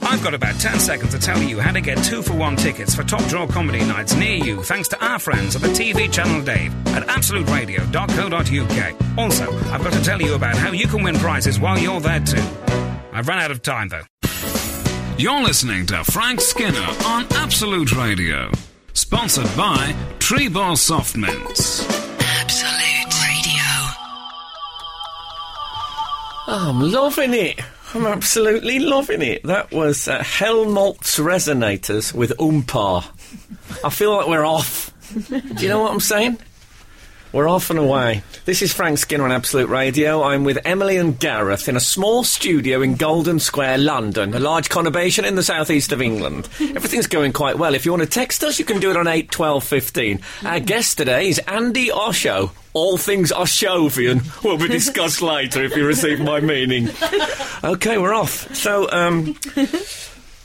I've got about 10 seconds to tell you how to get two for one tickets for top draw comedy nights near you thanks to our friends at the TV channel Dave at absoluteradio.co.uk. Also, I've got to tell you about how you can win prizes while you're there too. I've run out of time though. You're listening to Frank Skinner on Absolute Radio. Sponsored by Tree Ball Soft Mints. Absolute Radio. Oh, I'm loving it. I'm absolutely loving it. That was uh, Helmholtz Resonators with Umpar. I feel like we're off. Do you know what I'm saying? We're off and away. This is Frank Skinner on Absolute Radio. I'm with Emily and Gareth in a small studio in Golden Square, London, a large conurbation in the southeast of England. Everything's going quite well. If you want to text us, you can do it on 8 12 15. Our guest today is Andy Osho. All things Oshovian will be discussed later if you receive my meaning. Okay, we're off. So, um,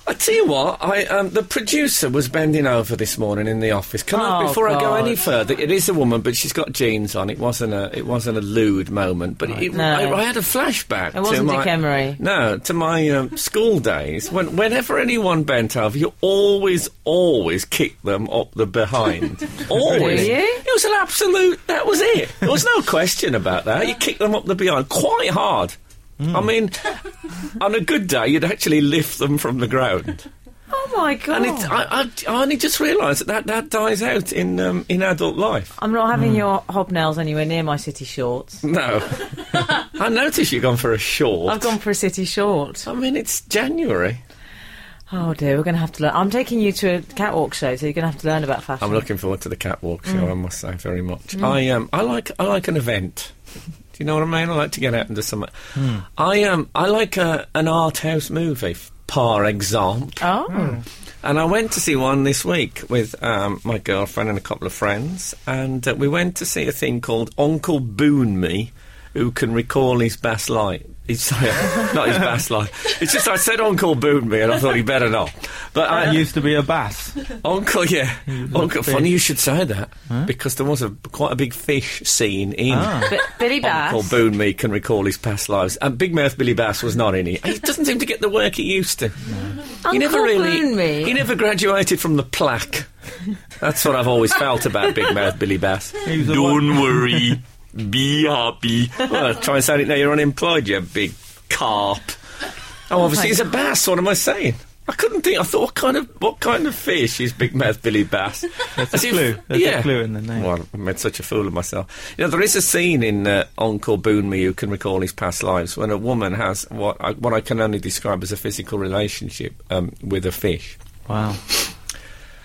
I tell you what, I um, the producer was bending over this morning in the office. Can I, Oh, before I go God. any further, it is a woman, but she's got jeans on. It wasn't a it wasn't a lewd moment, but it, No. I, I had a flashback. It wasn't to my, Dick Emery. No, to my um, school days. When whenever anyone bent over, you always always kicked them up the behind. always. Really? It was an absolute. That was it. There was no question about that. You kicked them up the behind quite hard. I mean, on a good day, you'd actually lift them from the ground. Oh my god! And it, I, I, I only just realised that, that that dies out in um, in adult life. I'm not Hmm. having your hobnails anywhere near my city shorts. No, I noticed you've gone for a short. I've gone for a city short. I mean, it's January. Oh dear, we're going to have to learn. I'm taking you to a catwalk show, so you're going to have to learn about fashion. I'm looking forward to the catwalk show. I must say, very much. I um, I like I like an event. Do you know what I mean? I like to get out and do something. I um, I like a, an art house movie, f- par exemple. Oh, Hmm. And I went to see one this week with um, my girlfriend and a couple of friends, and uh, we went to see a thing called Uncle Boon Me, who can recall his bass light. He's, sorry, not his bass light. It's just I said Uncle Boon Me, and I thought he better not. But I, That used to be a bass. Uncle, yeah, Uncle. big. Funny you should say that because there was a quite a big fish scene in. B- Billy Bass. Uncle Boon Me can recall his past lives, and Big Mouth Billy Bass was not in it. He doesn't seem to get the work he used to. He never Uncle really, Boon Me. he never graduated from the plaque. That's what I've always felt about Big Mouth Billy Bass. He was the one- worry, be happy. Well, try and sound it now. You're unemployed, you big carp. Oh, obviously he's a bass. What am I saying? I couldn't think. I thought, what kind of what kind of fish is Big Mouth Billy Bass? That's As a if- clue. There's yeah. a clue in the name. Well, I made such a fool of myself. You know, there is a scene in uh, Uncle Boon Me who can recall his past lives when a woman has what I, what I can only describe as a physical relationship um, with a fish. Wow.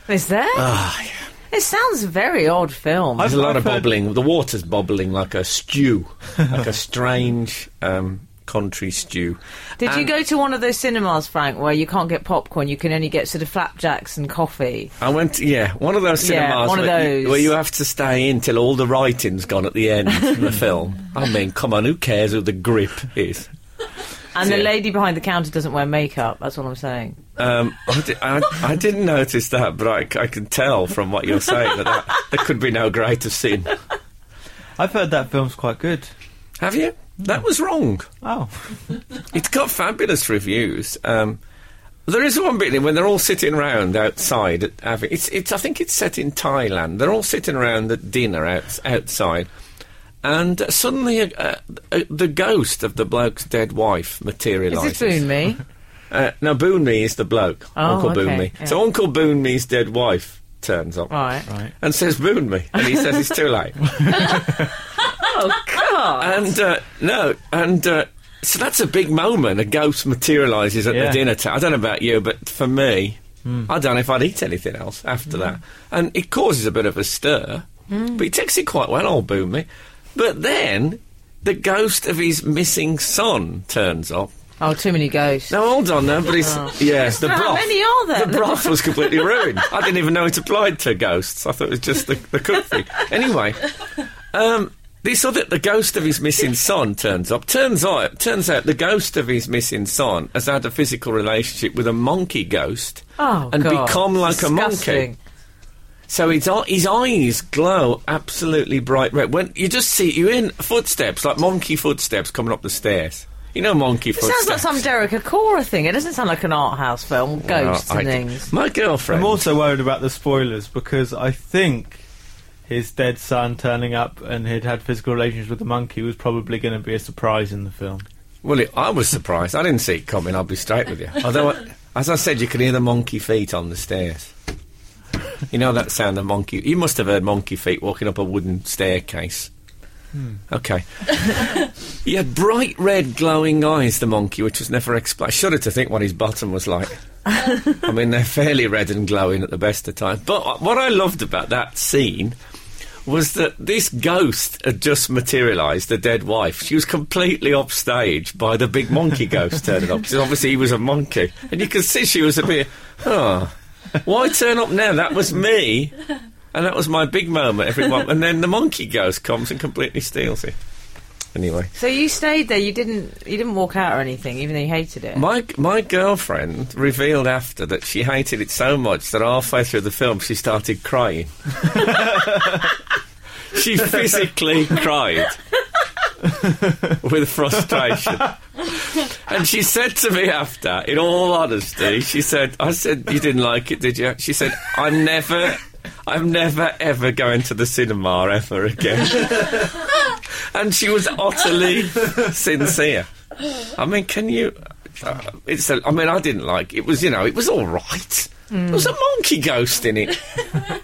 Is there? Ah. Ah, It sounds a very odd film. There's a lot I've of heard- bobbling. The water's bobbling like a stew, like a strange um, country stew. Did you and- go to one of those cinemas, Frank, where you can't get popcorn? You can only get sort of flapjacks and coffee. I went, to, yeah, one of those Yeah, cinemas one of where, You, those. where you have to stay in till all the writing's gone at the end of the film. I mean, come on, who cares who the grip is? And the Yeah. lady behind the counter doesn't wear makeup. That's all I'm saying. Um, I, di- I, I didn't notice that, but I, c- I can tell from what you're saying that, that there could be no greater sin. I've heard that film's quite good. Have you? That was wrong. Oh. It's got fabulous reviews. Um, there is one bit when they're all sitting round outside. At, having- it's, it's, I think it's set in Thailand. They're all sitting around at dinner out, outside, and suddenly a, a, a, the ghost of the bloke's dead wife Is materialises. it Boon Me? Uh, no, Boon Me is the bloke. Oh, Uncle Boon okay, Me. yeah. So Uncle Boon Me's dead wife turns up. Right. Right. and says boon me and he says it's too late Oh, God. and uh, no and uh, so that's a big moment a ghost materialises at the Yeah. dinner table I don't know about you but for me I don't know if I'd eat anything else after that and it causes a bit of a stir but he takes it quite well old boon me but then the ghost of his missing son turns up Oh, too many ghosts. now hold on now but it's yeah the How broth many are there? the broth was completely ruined. I didn't even know it applied to ghosts. I thought it was just the, the cook thing. Anyway, um, they saw that the ghost of his missing son turns up. Turns out, turns out the ghost of his missing son has had a physical relationship with a monkey ghost Oh, and God. become like a monkey. Disgusting. So his, eye- his eyes glow absolutely bright red. When you just see you in footsteps like monkey footsteps coming up the stairs. You know, monkey It sounds like footsteps. some Derek Acora thing. It doesn't sound like an art house film, ghosts Well, and I- things. My girlfriend. I'm also worried about the spoilers because I think his dead son turning up and he'd had physical relations with the monkey was probably going to be a surprise in the film. Well, it, I was surprised. I didn't see it coming. I'll be straight with you. Although, I, as I said, you can hear the monkey feet on the stairs. You know that sound of monkey. You must have heard monkey feet walking up a wooden staircase. Okay. he had bright red glowing eyes, the monkey, which was never explained. I shudder to think what his bottom was like. I mean, they're fairly red and glowing at the best of times. But what I loved about that scene was that this ghost had just materialised, the dead wife. She was completely upstaged by the big monkey ghost turning up. Because obviously he was a monkey. And you could see she was a bit, oh, why turn up now? That was me. And that was my big moment, everyone. And then the monkey ghost comes and completely steals it. Anyway. So you stayed there. You didn't. You didn't walk out or anything, even though you hated it. My my girlfriend revealed after that she hated it so much that halfway through the film she started crying. she physically cried with frustration. And she said to me after, in all honesty, she said, I said, You didn't like it, did you? She said, I'm never I'm never ever going to the cinema ever again. and she was utterly sincere. I mean, can you? Uh, it's. A, I mean, I didn't like it. Was you know, it was all right. There was a monkey ghost in it,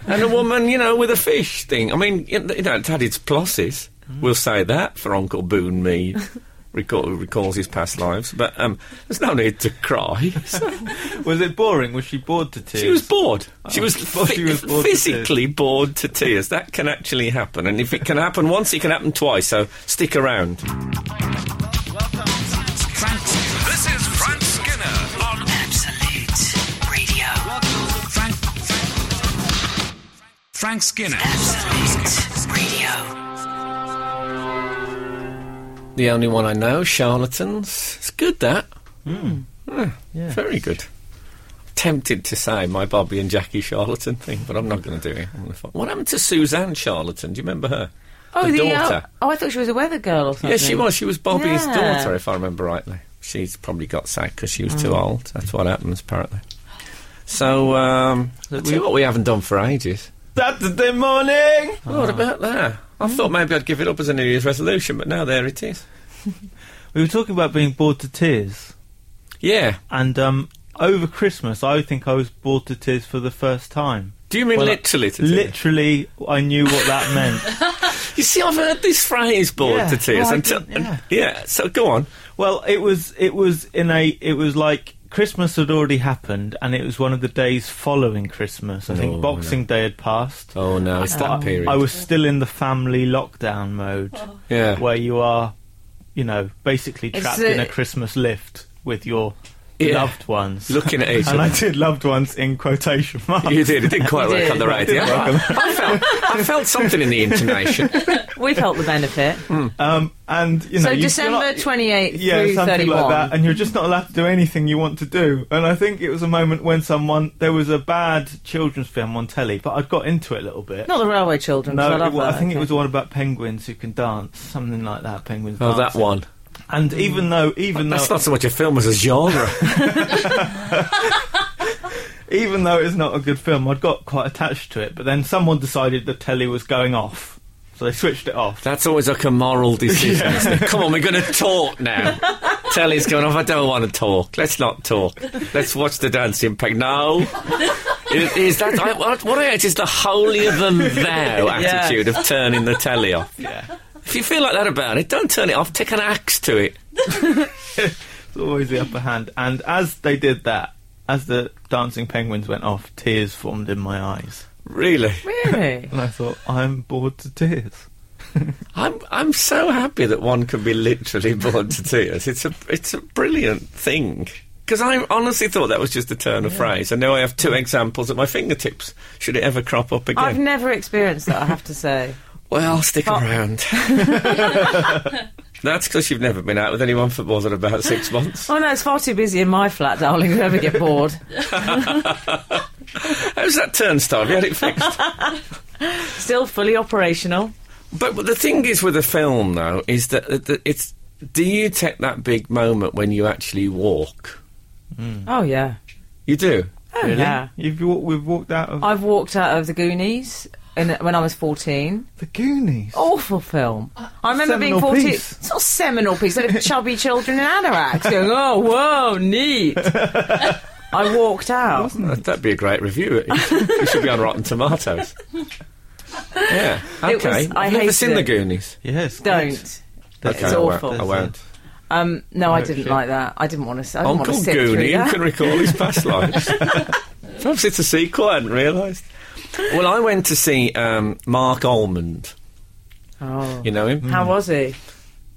and a woman, you know, with a fish thing. I mean, you know, it had its pluses. We'll say that for Uncle Boone Mead. Recall, recalls his past lives, but um, there's no need to cry. Was it boring? Was she bored to tears? She was bored. She Oh, was, well, she phy- was bored to physically bored to tears. That can actually happen, and if it can happen once, it can happen twice. So stick around. Frank Skinner. This is Frank Skinner on Absolute Radio. Frank. Frank Skinner. Absolute Radio. The only one I know, Charlatans. It's good that. Yeah, Hmm. Yeah. Very good. Tempted to say my Bobby and Jackie Charlatan thing, but I'm not going to do it. I'm gonna fi- What happened to Suzanne Charlatan? Do you remember her? oh, the uh, daughter. oh, I thought she was a weather girl or something. Yeah, she was. She was Bobby's Yeah. daughter, if I remember rightly. She's probably got sacked because she was Hmm. too old. That's what happens, apparently. So, um, I tell you what we haven't done for ages. Saturday morning! What about that? I Hmm. thought maybe I'd give it up as a New Year's resolution, but now there it is. We were talking about being bored to tears. Yeah. And um, over Christmas, I think I was bored to tears for the first time. Do you mean Well, uh, literally? To do it? Literally, I knew what that meant. You see, I've heard this phrase bored Yeah, to tears. well, I until, didn't- yeah. and- yeah, so go on. Well, it was it was in a it was like Christmas had already happened, and it was one of the days following Christmas. I Oh, think Boxing Day had passed. Oh no, it's that period. Oh. I was still in the family lockdown mode, yeah. where you are, you know, basically It's trapped a- in a Christmas lift with your Yeah. loved ones. Looking at each and I other. did loved ones in quotation marks. You did. It didn't quite work did. on the radio. I felt, I felt something in the intonation. We felt the benefit. Um, and you know, so you- you're December not- twenty eighth yeah, through something thirty like one. that, and you're just not allowed to do anything you want to do. And I think it was a moment when someone there was a bad children's film on telly, but I got into it a little bit. Not the railway children. 'cause I, no, love it, wa- I that, think okay. it was the one about penguins who can dance, something like that. Penguins. Oh, that dancing. one. And Mm. even though, even That's though, not so much a film as a genre. even though it's not a good film, I got quite attached to it. But then someone decided the telly was going off, so they switched it off. That's always like a moral decision. Isn't it? Come on, we're going to talk now. Telly's going off. I don't want to talk. Let's not talk. Let's watch the dancing peg. No. It is that I, what what I hate is the holier than thou attitude of turning the telly off. Yeah, If you feel like that about it, don't turn it off. Take an axe to it. it's always the upper hand. And as they did that, as the dancing penguins went off, tears formed in my eyes. Really? really. And I thought, I'm bored to tears. I'm I'm so happy that one can be literally bored to tears. It's a it's a brilliant thing. Because I honestly thought that was just a turn of phrase, and now I have two examples at my fingertips. Should it ever crop up again? I've never experienced that. I have to say. Well, stick Oh. around. That's because you've never been out with anyone for more than about six months. Oh no, it's far too busy in my flat, darling. You ever get bored? How's that turnstile? Have you had it fixed? Still fully operational. but the thing is with a film, though, is that that- that it's do you take that big moment when you actually walk? Oh yeah. You do. Oh Really? yeah. You've wa- we've walked out of I've walked out of the Goonies in, when I was 14. the Goonies. Awful film. I remember being seminal 14. piece. It's not a seminal piece. They're chubby children in anoraks going, oh, whoa, neat. I walked out. That'd be a great review. it should be on Rotten Tomatoes. Yeah. It was- Okay. I I've never hated seen the it. Goonies. Yes, Don't. Okay, It's I won't. awful. I won't. Um, no, I Oh, didn't shit. like that. I didn't want to. I didn't want to Uncle sit through Goonie, who that. can recall his past lives. Perhaps it's a sequel. I hadn't realised. Well, I went to see um, Mark Almond. Oh. You know him. How was he?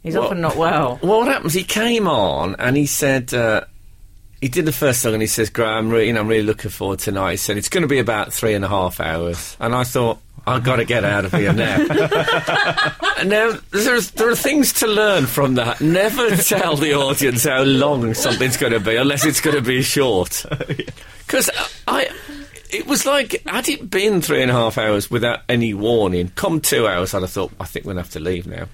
He's Well- often not well. Well, what happens? He came on and he said uh, he did the first song and he says, "Graham, re- you know, I'm really looking forward to tonight." He said it's going to be about three and a half hours, and I thought. I've got to get out of here now. now, there's, there are things to learn from that. Never tell the audience how long something's going to be unless it's going to be short. Because I, it was like had it been three and a half hours without any warning, come two hours, I'd have thought I think we'll have to leave now.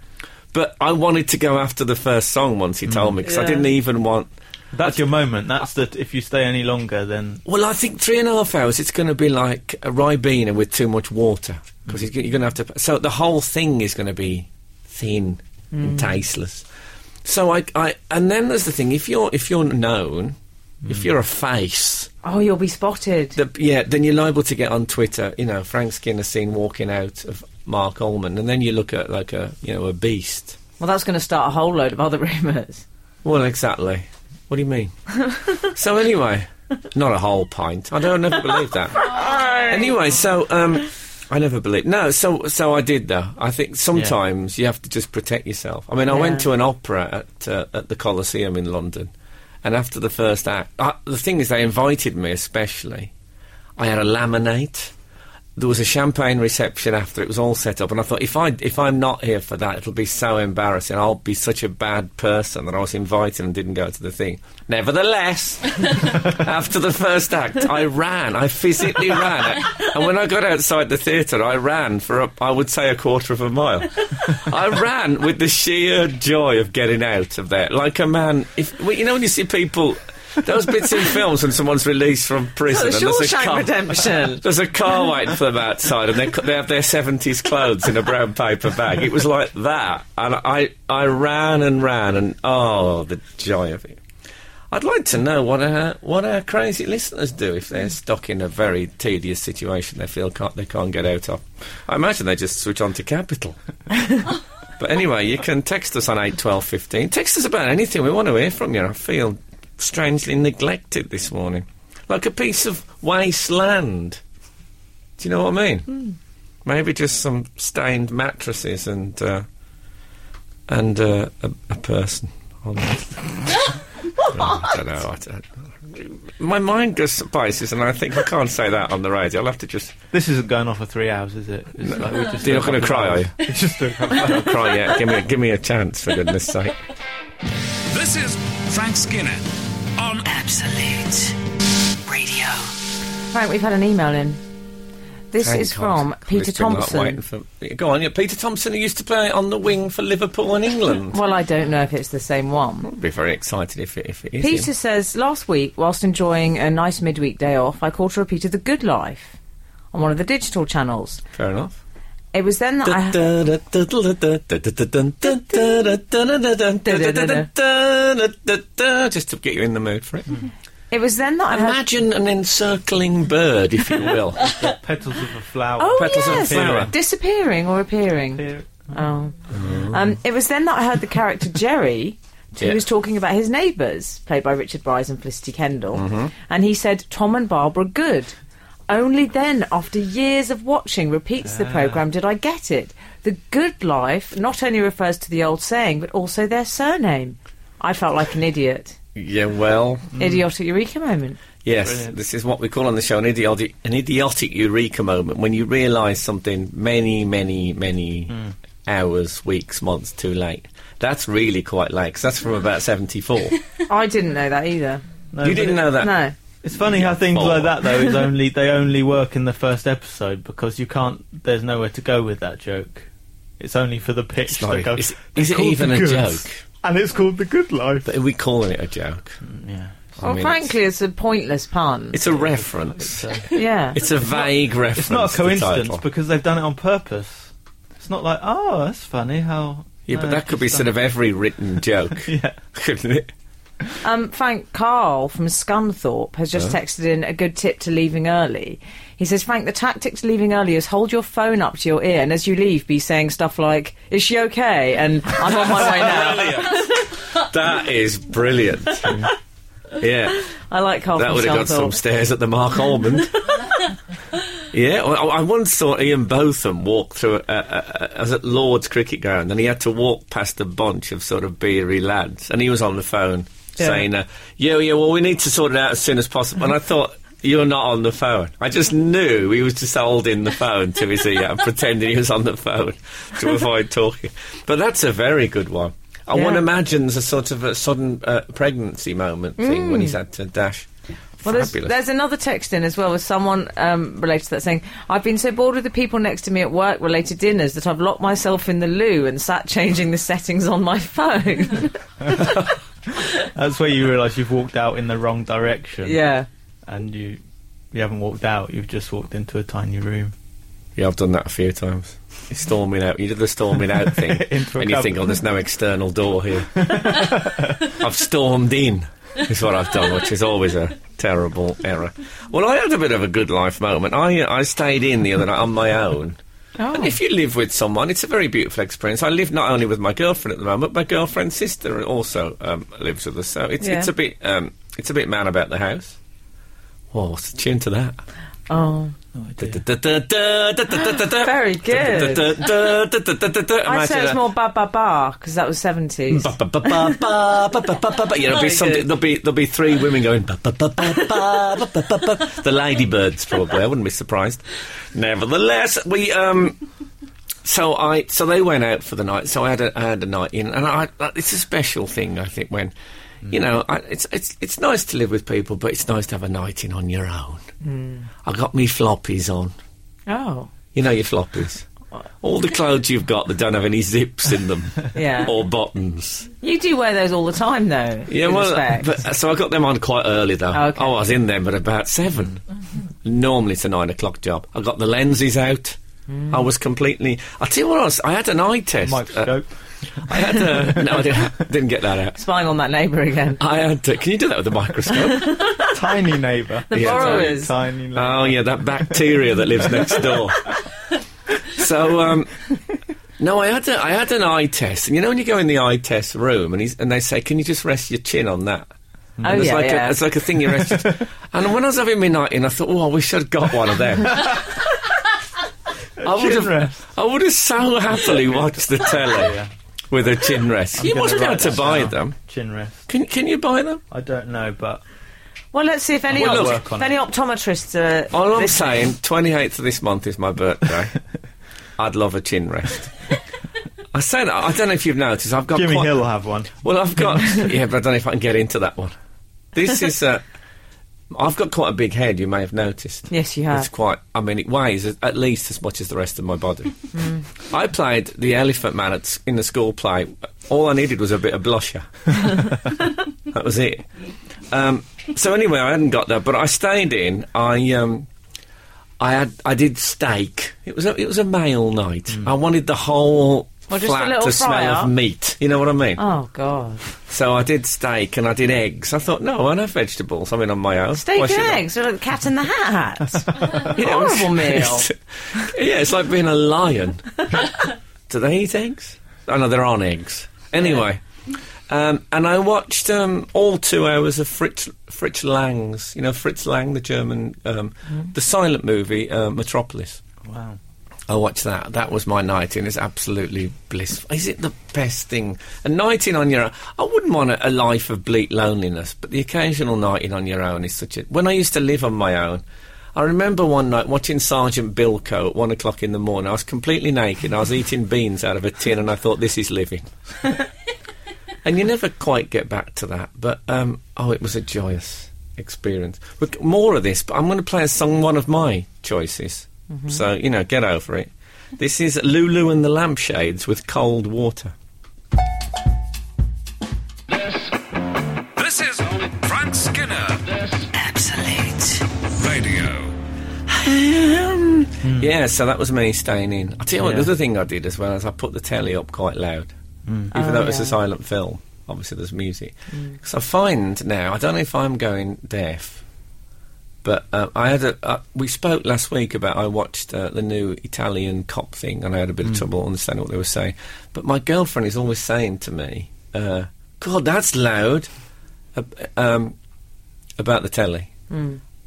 But I wanted to go after the first song once he told me because I Yeah. didn't even want. that's your moment. That's the if you stay any longer, then Well, I think three and a half hours. It's going to be like a ribena with too much water because you're going to have to. So the whole thing is going to be thin and tasteless. So I, I, and then there's the thing. If you're if you're known, if you're a face, Oh, you'll be spotted. the, yeah, then you're liable to get on Twitter. You know, Frank Skinner seen walking out of Mark Ullman, and then you look at like a you know a beast. well, that's going to start a whole load of other rumours. Well, exactly. What do you mean? so anyway, not a whole pint. I don't I never believe that. anyway, so um, I never believe. No, so so I did though. I think sometimes you have to just protect yourself. I mean, I Yeah. went to an opera at uh, at the Coliseum in London, and after the first act, uh, the thing is, they invited me especially. I had a laminate. There was a champagne reception after it was all set up, and I thought if I if I'm not here for that, it'll be so embarrassing. I'll be such a bad person that I was invited and didn't go to the thing. Nevertheless, after the first act, I ran. I physically ran, and when I got outside the theatre, I ran for a, I would say a quarter of a mile. I ran with the sheer joy of getting out of there, like a man. If well, you know when you see people. Those bits in films when someone's released from prison Oh, the and there's a Shawshank cop- Redemption. there's a car waiting for them outside, and they, c- they have their seventies clothes in a brown paper bag. It was like that, and I I ran and ran, and oh, the joy of it! I'd like to know what our what our crazy listeners do if they're stuck in a very tedious situation they feel can't they can't get out of. I imagine they just switch on to capital. but anyway, you can text us on eight twelve fifteen. Text us about anything we want to hear from you. I feel strangely neglected this morning, like a piece of wasteland. Do you know what I mean? Hmm. Maybe just some stained mattresses and uh, and uh, a, a person. On it. I don't know. I don't- my mind goes to places, and I think I can't say that on the radio. I'll have to just this isn't going on for three hours, is it? It's like we're just You're not gonna cry, are you? It's just a couple of hours. cry. Yeah, give me a, give me a chance for goodness' sake. This is Frank Skinner on Absolute Radio. Frank, we've had an email in. This Thank is God. from It's Peter been like Thompson. waiting for- go on, yeah, Peter Thompson, who used to play on the wing for Liverpool and England. Well, I don't know if it's the same one. I'd be very excited if it, if it is. him. Peter says, last week, whilst enjoying a nice midweek day off, I caught a repeat of The Good Life on one of the digital channels. fair enough. It was then that I... Just to get you in the mood for it. It was then that I heard... Imagine an encircling bird, if you will. petals of a flower. Oh petals of yes, flower. disappearing or appearing. Here- Oh, um, it was then that I heard the character Jerry, who Yeah. was talking about his neighbours, played by Richard Bryce and Felicity Kendall, Mm-hmm. and he said Tom and Barbara Good. Only then, after years of watching Ah. repeats of the programme, did I get it. The good life not only refers to the old saying, but also their surname. I felt like an idiot. Yeah, well, Idiotic eureka moment. yes, Brilliant. this is what we call on the show an idiotic, an idiotic eureka moment when you realise something many, many, many hours, weeks, months too late. That's really quite late 'cause that's from about 74. I didn't know that either. No, you but didn't it- know that? No. It's funny how things Oh. like that though is only they only work in the first episode because you can't. There's nowhere to go with that joke. It's only for the pitch. Sorry, that goes, Is, is it "Called even the a goods." joke? and it's called The Good Life. But are we calling it a joke? Yeah. Well, mean, frankly, it's a pointless pun. It's a reference. yeah. It's a vague reference. It's not to a the coincidence title. because they've done it on purpose. It's not like, oh, that's funny how. Yeah, but no, that could be it's sort done- of every written joke, Yeah. couldn't it? Um, Frank Carl from Scunthorpe has just texted in a good tip to leaving early. He says, Frank, the tactic to leaving early is hold your phone up to your ear and as you leave, be saying stuff like, Is she okay? And I'm on my way now. That is brilliant. yeah, I like Carl that from would have gone some Scunthorpe. stairs at the Mark Almond. yeah, well, I I once saw Ian Botham walk through. A, a, a, I was at Lord's cricket ground, and he had to walk past a bunch of sort of beery lads, and he was on the phone Yeah. saying, uh, "Yeah, yeah, well, we need to sort it out as soon as possible." And I thought. You're not on the phone. I just knew he was just holding the phone to his ear and pretending he was on the phone to avoid talking. But that's a very good one. And one Yeah. imagines a sort of a sudden uh, pregnancy moment thing when he's Mm. had to dash. Well, there's, Fabulous. there's another text in as well with someone um, related to that saying, I've been so bored with the people next to me at work related dinners that I've locked myself in the loo and sat changing the settings on my phone. That's where you realise you've walked out in the wrong direction. yeah. And you, you haven't walked out, you've just walked into a tiny room. Yeah, I've done that a few times. You storming out. You do the storming out thing, Into a and you think, cupboard. "Oh, there's no external door here." I've stormed in. Is what I've done, which is always a terrible error. Well, I had a bit of a good life moment. I uh, I stayed in the other night on my own. Oh. And if you live with someone, it's a very beautiful experience. I live not only with my girlfriend at the moment, my girlfriend's sister also um, lives with us. So it's Yeah. it's a bit um, it's a bit man about the house. Whoa, what's the tune to that? Oh, Very very good. I say it's more ba ba ba because that was 70s. you know, there'll be Very something. good. There'll be there'll be three women going. Ba, ba, ba, ba, ba, ba, ba, ba, ba. The ladybirds, probably. I wouldn't be surprised. Nevertheless, we um. So I so they went out for the night. So I had a I had a night in, and I I- it's a special thing. I think when. You know, I, it's it's it's nice to live with people, but it's nice to have a night in on your own. Hmm. I got me floppies on. Oh, You know your floppies. All the clothes you've got that don't have any zips in them yeah. or buttons. You do wear those all the time, though. Yeah, with well, respect. but, so I got them on quite early though. Okay. I was in them at about seven. Normally it's a nine o'clock job. I got the lenses out. I Mm. was completely. I tell you what else. I had an eye test. Uh, Microscope. I had a, no, I didn't, didn't get that out. spying on that neighbour again. I had. To, can you do that with a microscope? tiny neighbour. The yeah, borrowers. Tiny neighbour. Oh yeah, that bacteria that lives next door. So um, no, I had a, I had an eye test, and you know when you go in the eye test room and he's, and they say, "Can you just rest your chin on that?" Oh And Mm-hmm. it's yeah, like yeah. A, it's like a thing you rest. your- and when I was having my night in, I thought, "Oh, I wish I'd got one of them." I would Chin have. rest. I would have so happily watched the telly with a chin rest. you gonna must be able write to that buy down. them. Chin rest. Can Can you buy them? I don't know, but well, let's see if any Well, opt- look- if any optometrists are. All I'm listening. saying, 28th of this month is my birthday. I'd love a chin rest. I say that, I don't know if you've noticed, I've got Jimmy quite- Hill will have one. Well, I've got, yeah, but I don't know if I can get into that one. This is, uh, I've got quite a big head, you may have noticed. Yes, you have. It's quite, I mean, it weighs a- at least as much as the rest of my body. Hmm. I played the Elephant Man at, s- in the school play. All I needed was a bit of blusher. that was it. Um, so anyway, I hadn't got that, but I stayed in. I um, I had I did steak. It was a, it was a male night. I wanted the whole Well, just a flat little to smell fryer. of meat. You know what I mean? Oh God! So I did steak and I did eggs. I thought, no, I don't have vegetables. I mean, on my own. Steak Why and should I? eggs, or like cat in the hat. You know, it's- Horrible meal. it's- yeah, it's like being a lion. Do they eat eggs? Oh no, they're on eggs. Anyway, um, and I watched um, all two hours of Fritz, Fritz Lang's. You know, Fritz Lang, the German, um, Mm-hmm. the silent movie uh, Metropolis. Wow. I watched Oh, that. That was my night in. It's absolutely blissful. Is it the best thing? A night in on your own. I wouldn't want a, a life of bleak loneliness, but the occasional night in on your own is such a. When I used to live on my own, I remember one night watching Sergeant Bilko at one o'clock in the morning. I was completely naked. I was eating beans out of a tin, and I thought, this is living. and you never quite get back to that, but um, oh, it was a joyous experience. Look, More of this, but I'm going to play a song, one of my choices. So you know, get over it. This is Lulu and the Lampshades with Cold Water. Pan. Yeah, so that was me staying in. I tell you what, Yeah. the other thing I did as well is I put the telly up quite loud, even Oh, though it's yeah. a Mm. silent film. Obviously, there's music. Because I find now, I don't know if I'm going deaf, but uh, I had a. Uh, we spoke last week about I watched uh, the new Italian cop thing, and I had a bit of trouble understanding what they were saying. But my girlfriend is always saying to me, uh, "God, that's loud," uh, um, about the telly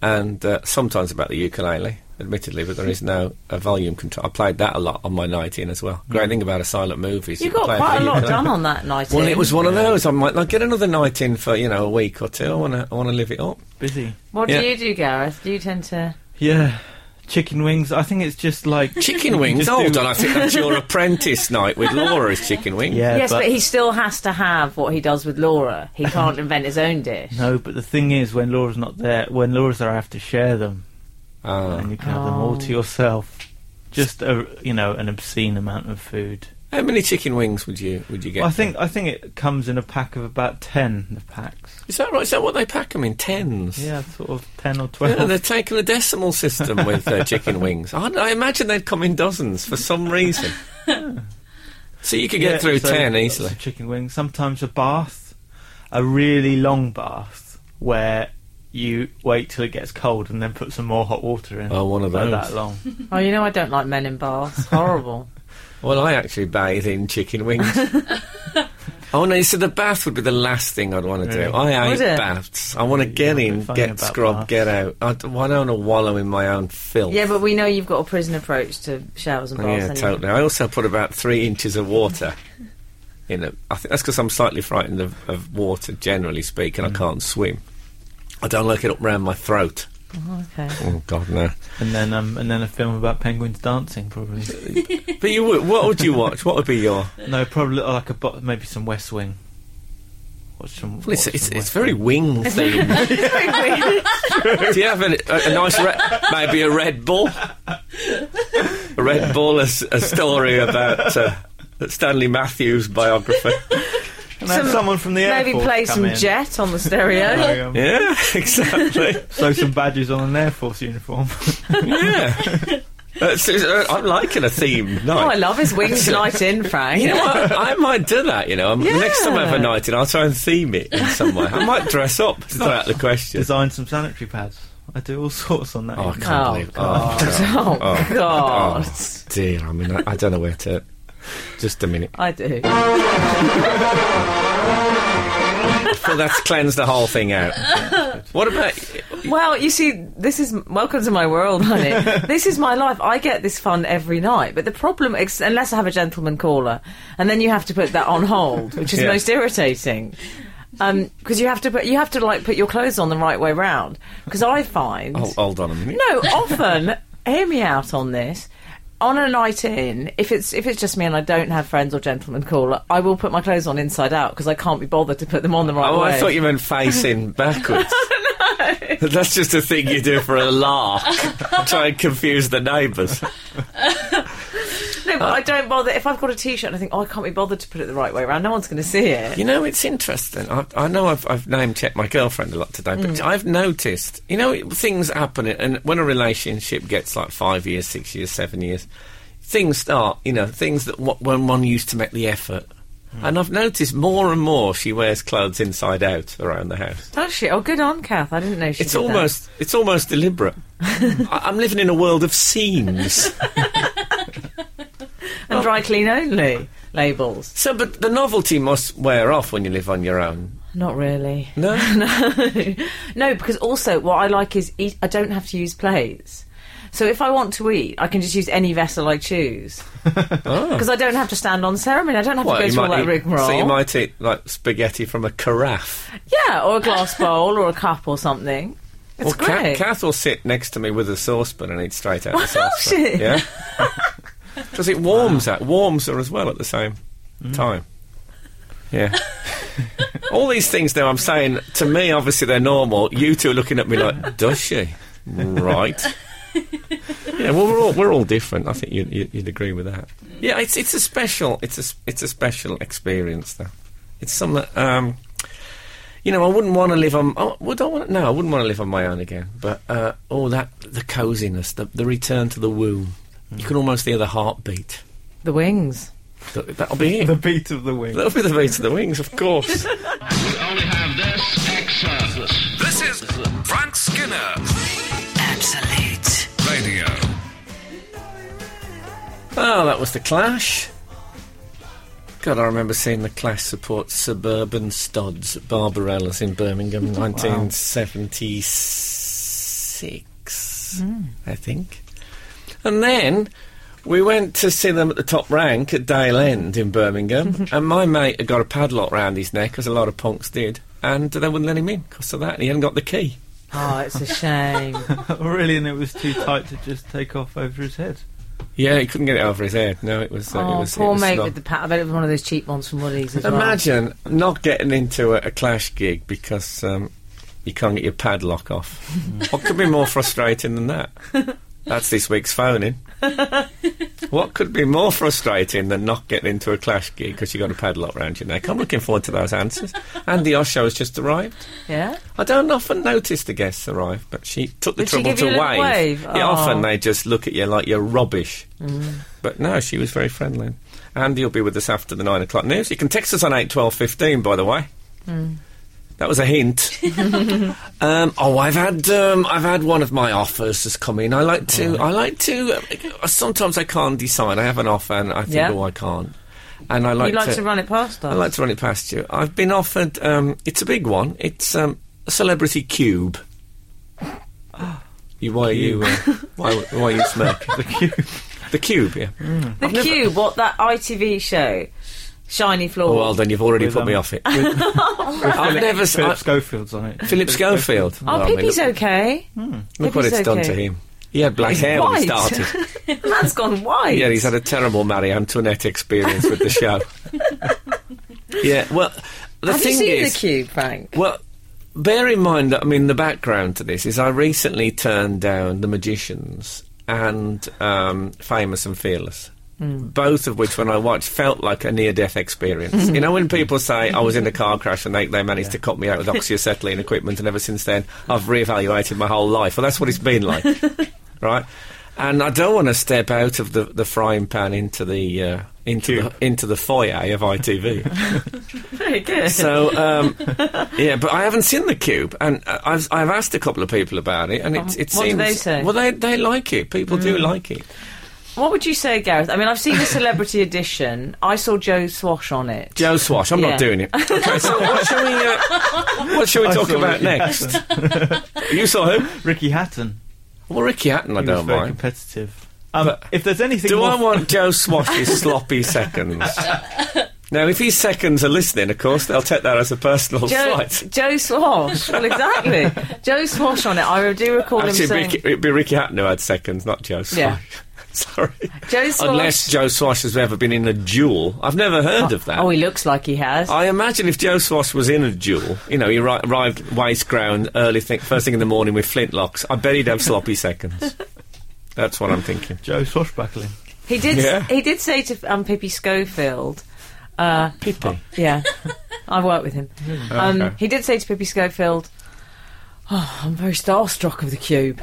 and uh, sometimes about the ukulele, admittedly, but there is no uh, volume control. I played that a lot on my night in as well. Great thing about a silent movie is You can got play it quite for a lot ukulele. done on that night. Well, in. it was one of those. I might like get another night in for you know a week or two. I want to I want to live it up. Busy. What do yeah. you do, Gareth? Do you tend to? Yeah. Chicken wings. I think it's just like Chicken wings. Just Hold do- on, I think that's your apprentice night with Laura is chicken wings. Yeah, yes, but, but- he still has to have what he does with Laura. He can't invent his own dish. No, but the thing is, when Laura's not there, when Laura's there, I have to share them, Ah. and you can have them all to yourself. Just a you know an obscene amount of food. How many chicken wings would you would you get? I think I think it comes in a pack of about ten. The packs. is that right? Is that what they pack them in tens? Yeah, sort of ten or Yeah, twelve. they're taking the decimal system with their chicken wings. I, I imagine they'd come in dozens for some reason. so you could get Yeah, through so ten lots easily. of Chicken wings. Sometimes a bath, a really long bath where you wait till it gets cold and then put some more hot water in. Oh, one of Like those. that long. Oh, you know I don't like men in baths. Horrible. Well, I actually bathe in chicken wings. oh no! So the bath would be the last thing I'd want to do. Really? I hate Would it? baths. I want to get you're in, funny get about scrubbed, baths. get out. I don't, I don't want to wallow in my own filth. yeah, but we know you've got a prison approach to showers and Oh, baths. yeah, anyway. totally. I also put about three inches of water. In a, I think that's because I'm slightly frightened of, of water, generally speaking. I can't swim. I don't like it up round my throat. Oh, okay. Oh God, no! And then um and then a film about penguins dancing probably. But you, would, what would you watch? What would be your? no, probably like a bo- maybe some West Wing. Watch some. Well, it's, watch it's, some it's West very Wing. wing themed. Do you have a, a, a nice, re- maybe a Red Bull? A Red Bull, a, s- a story about uh, Stanley Matthews biography. And have some- someone from the airport. Maybe play come some in. Jet on the stereo. Like, um, Yeah, exactly. Sew some badges on an Air Force uniform. Yeah. Uh, so- so I'm liking a theme night. Oh, I love his wings night in, Frank. You know what? I might do that, you know. I'm, Next time I have a night in, I'll try and theme it in some way. I might dress up. It's not out of the question. Design some sanitary pads. I do all sorts on that. Oh, I evening. can't Oh, believe God. Oh, Oh. God. Oh, dear. I mean, I, I don't know where to. Just a minute. I do. Well, that's cleansed the whole thing out. What about. Well, you see, this is welcome to my world, honey. this is my life. I get this fun every night. But the problem, ex- unless I have a gentleman caller, and then you have to put that on hold, which is Yeah. most irritating. Because you have to put you have to like put your clothes on the right way round. Because I find Hold, hold on a minute. No, often hear me out on this. On a night in, if it's if it's just me and I don't have friends or gentlemen caller, I will put my clothes on inside out because I can't be bothered to put them on the right Oh, way. I thought you meant facing backwards. That's just a thing you do for a lark. Try and confuse the neighbours. no, but I don't bother if I've got a t-shirt and I think oh I can't be bothered to put it the right way around. No one's going to see it. You know, it's interesting. I, I know I've, I've name checked my girlfriend a lot today, but I've noticed, you know, things happen, and when a relationship gets like five years, six years, seven years, things start, you know, things that w- when one used to make the effort. And I've noticed more and more she wears clothes inside out around the house. Does she? Oh, good on, Kath. I didn't know she. It's did that. almost it's almost deliberate. I, I'm living in a world of scenes. and dry clean only labels. So, but the novelty must wear off when you live on your own. Not really. No, no, because also what I like is eat, I don't have to use plates. So if I want to eat, I can just use any vessel I choose Ah. because I don't have to stand on ceremony. I don't have What, to go you through all might that eat- rigmarole. So you might eat like spaghetti from a carafe. Yeah, or a glass bowl or a cup or something. It's well, Ca- great. Kath will sit next to me with a saucepan and eat straight out of the Oh, saucepan. shit. Yeah, because it warms that warms her as well at the same Mm. time. Yeah. All these things now I'm saying to me, obviously they're normal. You two are looking at me like, does she? Right. yeah, well we're all we're all different. I think you'd, you'd, you'd agree with that. Yeah, it's it's a special it's a s- it's a special experience though. It's something. Um, you know, I wouldn't want to live on. Oh, would I want? No, I wouldn't want to live on my own again. But uh, all that, the coziness, the, the return to the womb. You can almost hear the heartbeat. The wings. Th- That'll be The it. beat of the wing. That'll be the beat of the wings, of course. This is Frank Skinner Absolute Radio. Oh, that was The Clash. God, I remember seeing The Clash support suburban studs at Barbarella's in Birmingham in 1976, Hmm. I think. And then we went to see them at the top rank at Dale End in Birmingham. and my mate had got a padlock round his neck, as a lot of punks did, and they wouldn't let him in because of that. And he hadn't got the key. Oh, it's a shame. really, and it was too tight to just take off over his head. Yeah, he couldn't get it over his head. No, it was. uh, it oh, was it poor was mate snob. with the pat. I bet it was one of those cheap ones from Woolies as well. Imagine not getting into a, a clash gig because um, you can't get your padlock off. what could be more frustrating than that? That's this week's phoning. what could be more frustrating than not getting into a clash gig because you got a padlock round your neck? I'm looking forward to those answers. Andy Osho has just arrived. Yeah. I don't often notice the guests arrive, but she took the Did she trouble give to you a little wave. wave? Oh. Mm. Yeah, Aw. often they just look at you like you're rubbish. But no, she was very friendly. Andy will be with us after the nine o'clock news. You can text us on eight twelve fifteen. By the way, Mm. that was a hint. um, oh, I've had um, I've had one of my offers has come in. I like to I like to. Uh, sometimes I can't decide. I have an offer and I think, Yeah. oh, I can't. And I like you like to, run it past us. I'd like to run it past you. I've been offered. Um, it's a big one. It's um, a celebrity cube. You, why are you? Uh, why, why are you smirking? the cube. The cube. Yeah. the Cube, what that ITV show, Shiny Floor. Oh, well, then you've already With, put me um, off it. I've never. s- Philip I- Schofield's on it. Philip Schofield. oh, Well, I mean, Pippi's look, okay. look what it's Pippi's done to okay. him. He had black hair when he White. started. That's gone white. Yeah, he's had a terrible Marie Antoinette experience with the show. yeah. Well, the Have you thing seen is, the Cube, Frank? Well, bear in mind that I mean the background to this is I recently turned down The Magicians and um, Famous and Fearless. Both of which, when I watched, felt like a near-death experience. you know, when people say I was in a car crash and they, they managed to cut me out with oxyacetylene equipment, and ever since then I've reevaluated my whole life. Well, that's what it's been like, right? And I don't want to step out of the, the frying pan into the uh, into the, into the foyer of ITV. Very good. So um, yeah, but I haven't seen the cube, and uh, I've I've asked a couple of people about it, and it it Uh-huh. what seems do they say? Mm. well they they like it. People do like it. what would you say, Gareth? I mean, I've seen the Celebrity Edition. I saw Joe Swash on it. Joe Swash, I'm Yeah. not doing it. Okay, so what shall we uh, what shall we I talk saw about Ricky next? you saw who? Ricky Hatton. Well, Ricky Hatton, I He was don't very mind. competitive. Um, But- if there's anything, Do more I want Joe Swash's sloppy seconds? Now, if his seconds are listening, of course, they'll take that as a personal Joe, slight. Joe Swash. Well, exactly. Joe Swash on it. I do recall Actually, him it'd be- saying. it'd be Ricky Hatton who had seconds, not Joe Swash. Yeah. Sorry. Joe Swash. Unless Joe Swash has ever been in a duel. I've never heard of that. Oh, he looks like he has. I imagine if Joe Swash was in a duel, you know, he ri- arrived waist ground early, thing, first thing in the morning with flintlocks, I bet he'd have sloppy seconds. That's what I'm thinking. Joe swashbuckling. He did. Yeah. He did say to um, Pippi Schofield. Pippi. Yeah, I work with him. Um, Hmm. okay. He did say to Pippi Schofield, oh, "I'm very starstruck of the cube."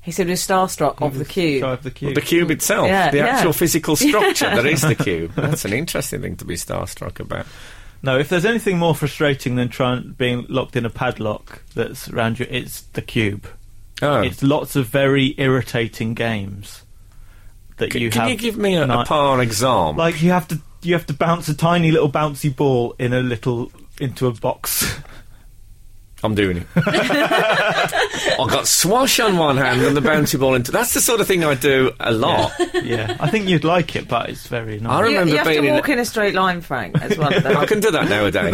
He said, "We're starstruck of the cube." Shy of the cube. The cube itself, Yeah, the yeah. actual physical structure that is the cube. That's an interesting thing to be starstruck about. No, if there's anything more frustrating than trying being locked in a padlock that's around you, it's the cube. Oh. It's lots of very irritating games that C- you can have. you give me a, a night- par exam? Like you have to, you have to bounce a tiny little bouncy ball in a little into a box. I'm doing it. I've got swash on one hand and the bouncy ball into. That's the sort of thing I do a lot. yeah, I think you'd like it, but it's very I nice. You, remember you have being to in- walk in a straight line, Frank, as well. though. I can do that nowadays.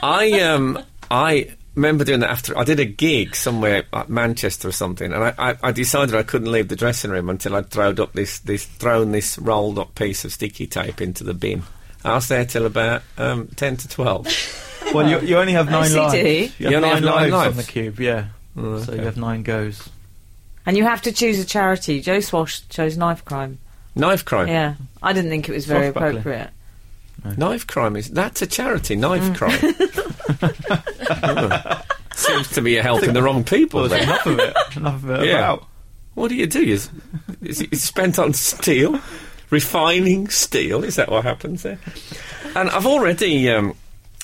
I um I remember doing that after I did a gig somewhere at Manchester or something, and I, I, I decided I couldn't leave the dressing room until I'd thrown up this this thrown this rolled up piece of sticky tape into the bin. I was there till about um, ten to twelve. Well, you, you only have nine see, lives. do you? You, have only nine, have nine lives, lives. Oh, on the cube. Yeah, so you okay. have nine goes. and you have to choose a charity. Joe Swash chose knife crime. Knife crime. Yeah, I didn't think it was very Swashbuckling. appropriate. Knife crime is that's a charity. Knife crime. Seems to be you're helping the wrong people. Well, there's Then. enough of it. Enough of it Yeah. about. What do you do? Is is it spent on steel, refining steel? Is that what happens there? And I've already. Um,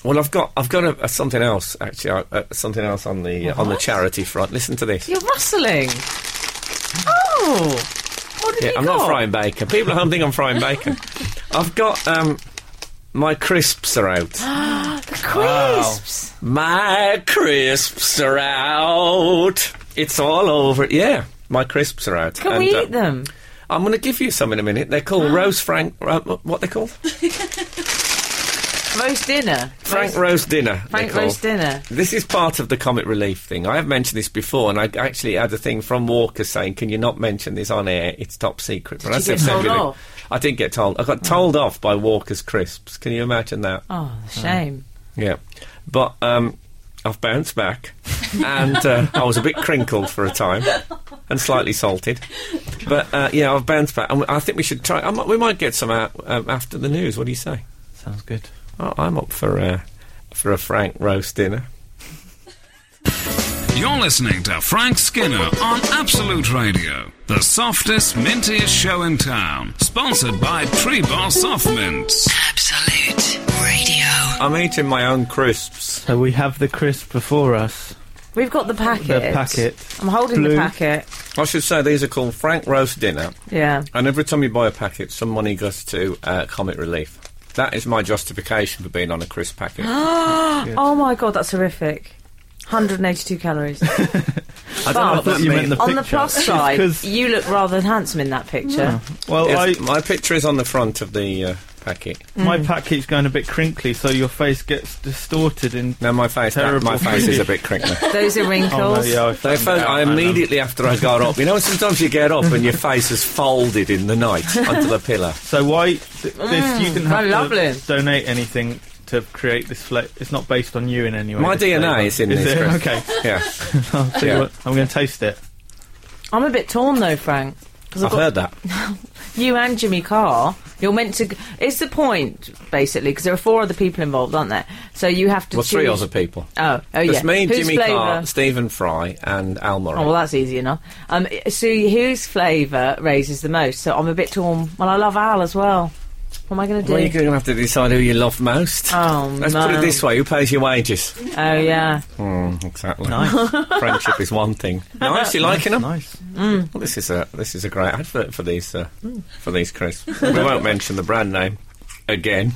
well, I've got I've got a, a something else actually, uh, uh, something else on the uh, on the charity front. Listen to this. You're rustling. Oh, what did Yeah, you I'm got? not frying bacon. People at home think I'm frying bacon. I've got um, my crisps are out. The crisps. My crisps are out. It's all over. Yeah, my crisps are out. Can And, we uh, eat them? Oh. I'm going to give you some in a minute. They're called Rose Frank. Uh, what they called? Roast dinner. Frank Roast, Rose Dinner. they're Frank called. roast dinner. This is part of the comic relief thing. I have mentioned this before, and I actually had a thing from Walker saying, "Can you not mention this on air? It's top secret." But you said get told something- off? I did get told. I got told off by Walker's crisps. Can you imagine that? Oh, shame. Yeah, but um, I've bounced back, and uh, I was a bit crinkled for a time, and slightly salted. But uh, yeah, I've bounced back, and I think we should try. I might, we might get some out um, after the news. What do you say? Sounds good. Oh, I'm up for uh, for a frank roast dinner. You're listening to Frank Skinner on Absolute Radio, the softest, mintiest show in town. Sponsored by Tree Bar Soft Mints. Absolute Radio. I'm eating my own crisps. So we have the crisp before us. We've got the packet. The packet. I'm holding the Blue. packet. I should say these are called frank roast dinner, Yeah. and every time you buy a packet, some money goes to uh, Comic Relief. That is my justification for being on a crisp packet. Oh my god, that's horrific. 182 calories. I but thought you meant the on the picture. plus side, 'Cause- you look rather handsome in that picture. Well, Yes, I, my picture is on the front of the uh, packet. my pack keeps going a bit crinkly, so your face gets distorted in. No, my face, that- Terrible my face is a preview. bit crinkly. Those are wrinkles. Oh, no, yeah, I They found phoned, out, I man, um, immediately after I got up. You know, sometimes you get up and your face is folded in the night onto the pillow. So why th- this? you didn't Mm, how have to lovely. donate anything to create this flavor. It's not based on you in any way. My this flavour. DNA is in is this, It? Chris. Okay, Yeah, I'll tell Yeah. you what, I'm going to taste it. I'm a bit torn though, Frank. Because I've I've got heard that. you and Jimmy Carr. You're meant to. g- It's the point, basically, because there are four other people involved, aren't there? So you have to Well, choose. three other people. Oh, oh yeah. It's me, Whose Jimmy flavour? Carr, Stephen Fry, and Al Murray. Oh, well, that's easy enough. Um, i- so whose flavour raises the most? So I'm a bit torn. Well, I love Al as well. What am I going to do? well, you're going to have to decide who you love most. Oh, Let's no. put it this way: who pays your wages? Hmm, Oh, yeah. exactly. Nice, Friendship is one thing. Nice, you liking them? nice. Well, this is a this is a great advert for these uh, for these crisps. we won't mention the brand name again.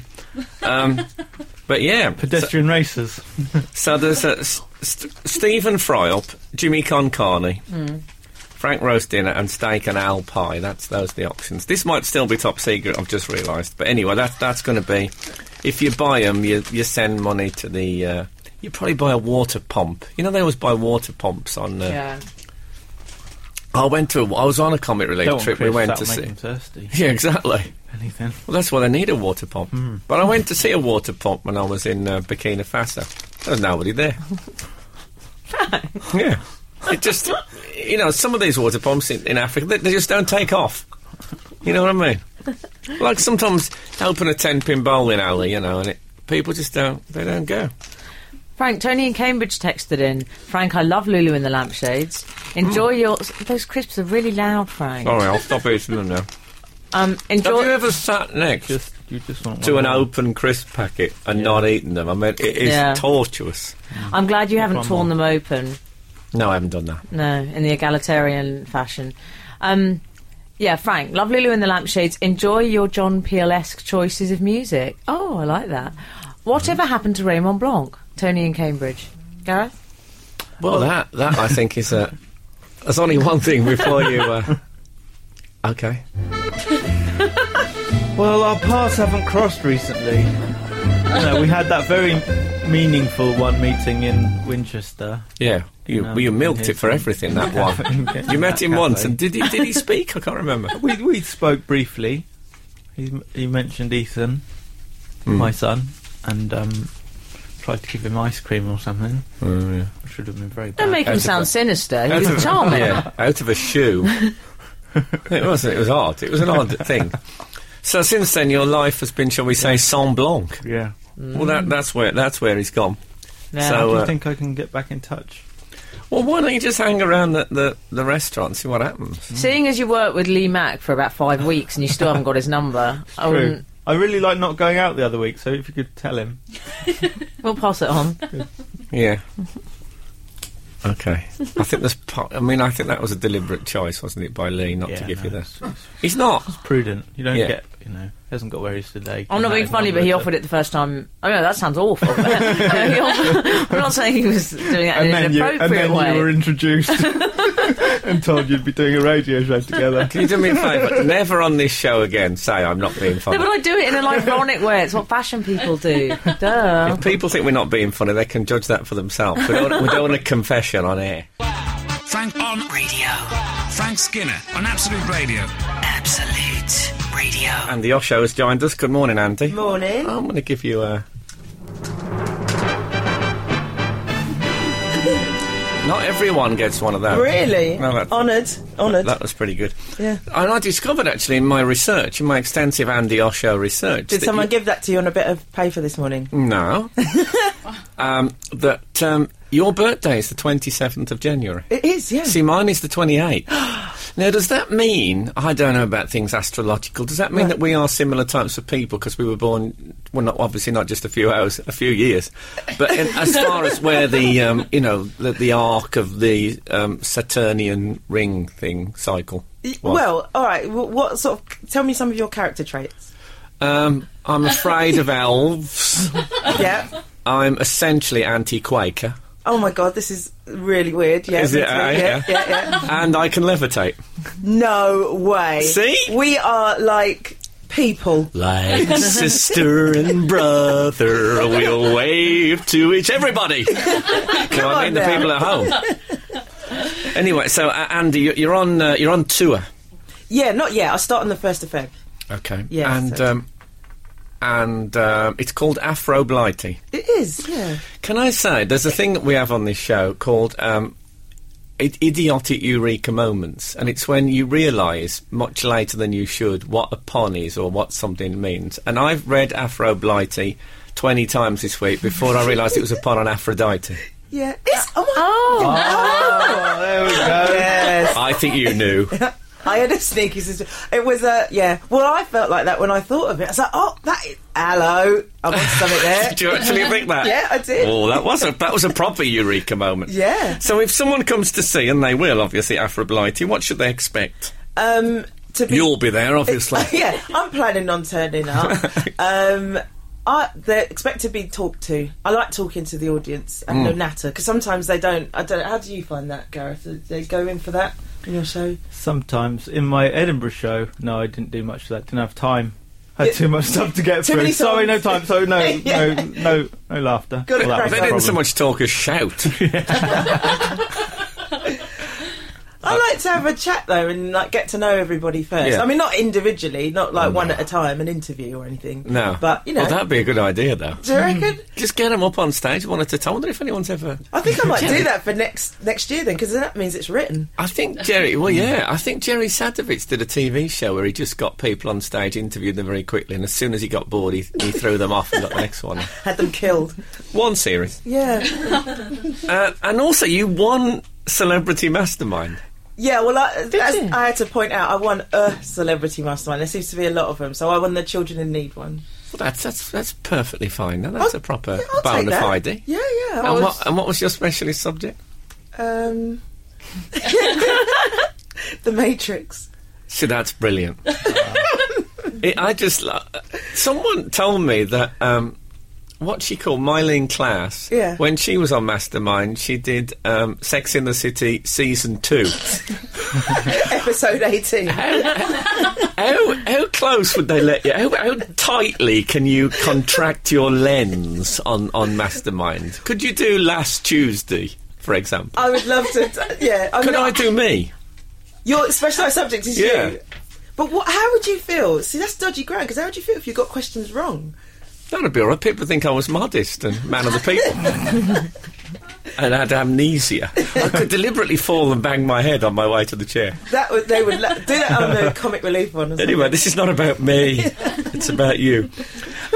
Um, but yeah, Pedestrian racers. So there's uh, S- St- Stephen Fryup, Jimmy Concarney, Frank Roast Dinner, and Steak and Al Pie. That's those are the options. This might still be top secret. I've just realised, but anyway, that, that's going to be. If you buy them, you you send money to the. Uh, you probably buy a water pump. You know they always buy water pumps on. Uh, Yeah. I went to. A, I was on a comic relief Don't trip. Chris, we went to that'll make see. them thirsty. Yeah, exactly. Anything. Well, that's why they need a water pump. But I went to see a water pump when I was in uh, Burkina Faso. There was nobody there. yeah. It just, you know, some of these water pumps in, in Africa, they, they just don't take off. You know what I mean? Like sometimes open a 10 pin bowling alley, you know, and it, people just don't, they don't go. Frank, Tony in Cambridge texted in. Frank, I love Lulu in the lampshades. Enjoy Mm. your. Those crisps are really loud, Frank. Sorry, I'll stop eating them now. Um, enjoy. Oh. Have you ever sat next Just you just want to one an more. open crisp packet and not eating them? I mean, it is Yeah. tortuous. I'm glad you haven't one torn more. them open. No, I haven't done that. No, in the egalitarian fashion. Um, yeah, Frank, love Lulu in the lampshades. Enjoy your John Peel esque choices of music. Oh, I like that. Whatever happened to Raymond Blanc? Tony in Cambridge. Gareth? Well, that that I think is a. There's only one thing before you. Uh, okay. Well, our paths haven't crossed recently. no, we had that very meaningful one meeting in Winchester. Yeah. You No, you milked okay. it for everything that one. You met him once, and did he did he speak? I can't remember. We we spoke briefly. He he mentioned Ethan, Hmm. my son, and um, tried to give him ice cream or something. Oh, Which would have been very bad. Don't make him That's a- sound sinister. He was charming. Yeah, out of a shoe. it was it was odd. It was an odd thing. So since then, your life has been, shall we say, sans blanc. yeah. Well, that, that's where that's where he's gone. Yeah. So, Do uh, you think I can get back in touch? well, why don't you just hang around the, the, the restaurant and see what happens? Seeing as you worked with Lee Mack for about five weeks and you still haven't got his number, I True. wouldn't- I really like not going out the other week, so if you could tell him. we'll pass it on. Yeah. Okay. I think that's. Po- I mean, I think that was a deliberate choice, wasn't it, by Lee, not to Yeah, give no, you that. it's- it's He's not. prudent. You don't Yeah. get, you know, he hasn't got where he is today. I'm not being funny, but he offered it the first time. Oh no, that sounds awful. You know, he offered- I'm not saying he was doing that And in then, an you, and appropriate then you were way. introduced and told you'd be doing a radio show together. Can you do me a favour? Never on this show again say I'm not being funny. No, but I do it in an ironic way. It's what fashion people do. Duh. if people think we're not being funny, they can judge that for themselves. We don't, we don't want a confession on air. Frank on Radio. Frank Skinner on Absolute Radio. Absolute Radio. Andy Osho has joined us. Good morning, Andy. Morning. I'm going to give you a. Not everyone gets one of those. Really? Oh, No, that- honoured. Honoured. That was pretty good. Yeah. And I discovered actually in my research, in my extensive Andy Osho research. Did that someone you- give that to you on a bit of paper this morning? Mm. No. um, that um, your birthday is the 27th of January. It is, yeah. See, mine is the 28th. now, does that mean, I don't know about things astrological, does that mean Right. that we are similar types of people because we were born, well, not, obviously not just a few hours, a few years, but in, as far as where the, um, you know, the, the arc of the um, Saturnian ring thing cycle Y- was? Well, all right. Well, what sort of? Tell me some of your character traits. Um, I'm afraid of elves. yeah. I'm essentially anti-Quaker. Oh my god, this is really weird. Yeah. Is it? me too. Uh, yeah, yeah. yeah, yeah. And I can levitate. No way. See? we are like people. Like sister and brother, we'll wave to each everybody. Can I mean on the now. people at home? Anyway, so uh, Andy, you- you're on uh, you're on tour. Yeah, not yet. I start on the first of Feb. Okay. Yeah, And so- um, and um, it's called Afro Blighty. It is. Yeah. Can I say there's a thing that we have on this show called um, i- idiotic eureka moments, and it's when you realise much later than you should what a pun is or what something means. And I've read Afro Blighty twenty times this week before I realised it was a pun on Aphrodite. Yeah. It's, oh my. Oh, there we go. Yes. I think you knew. I had a sneaky suspicion. It was a yeah. Well, I felt like that when I thought of it. I was like, oh, that is hello. I want something there. Did you actually think that? Yeah, I did. Oh, that was a that was a proper eureka moment. Yeah. So if someone comes to see, and they will obviously Afro Blighty, what should they expect? Um, to be You'll be there, obviously. yeah, I'm planning on turning up. um, I, they expect to be talked to. I like talking to the audience Mm. and the natter because sometimes they don't. I don't. How do you find that, Gareth? Do They go in for that in your show. Sometimes in my Edinburgh show, no, I didn't do much of that. Didn't have time. Had Yeah. too much stuff to get Too through. many Sorry, no time. songs. So no, Yeah. no, no, no laughter. Got it that right. was They the didn't so problem. much talk as shout. I like to have a chat though and like get to know everybody first. Uh, Yeah. Mm. I mean, not individually, not like one at a time, an interview or anything. No. but you know, Well, that'd be a good idea, though. do you reckon? Just get them up on stage one at a time. I wonder if anyone's ever. I think I might do that for next next year then, because that means it's written. I think Jerry. Well, yeah. I think Jerry Sadovitz did a TV show where he just got people on stage, interviewed them very quickly, and as soon as he got bored, he, he threw them off and got the next one. Had them killed. One series, Yeah. uh, and also you won Celebrity Mastermind. Yeah, well, I, that's, you? I had to point out I won a celebrity mastermind. There seems to be a lot of them, so I won the children in need one. Well, that's that's that's perfectly fine. Now that's Oh, a proper yeah, I'll take bona that. fide. Yeah, yeah. I And was, what, uh, and what was your specialist subject? um, the Matrix. See, that's brilliant. it, I just lo- someone told me that um, what she called Mylene Class. Yeah. When she was on Mastermind, she did um, Sex in the City season two. Episode 18. how how close would they let you? How, how tightly can you contract your lens on on Mastermind? Could you do Last Tuesday, for example? I would love to. t- yeah. I'm Could not- I do me? Your specialised subject is Yeah. you. But what, how would you feel? See, that's dodgy ground, because how would you feel if you got questions wrong? That'd be all right. People think I was modest and man of the people. and had amnesia. I could deliberately fall and bang my head on my way to the chair. That would, They would la- do that on the comic relief one or something. Anyway, this is not about me. it's about you.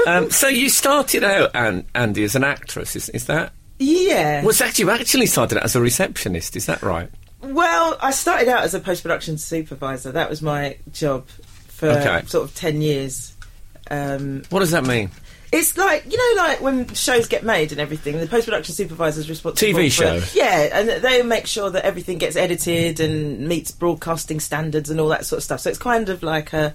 Um, so you started out, An- Andy, as an actress. Is, is that Yeah. Well, actually, you actually started out as a receptionist, is that right? Well, I started out as a post production supervisor. That was my job for Okay. sort of 10 years. Um, What does that mean? it's like, you know, like when shows get made and everything, the post production supervisor is responsible. TV for- show. Yeah, and they make sure that everything gets edited and meets broadcasting standards and all that sort of stuff. So it's kind of like a,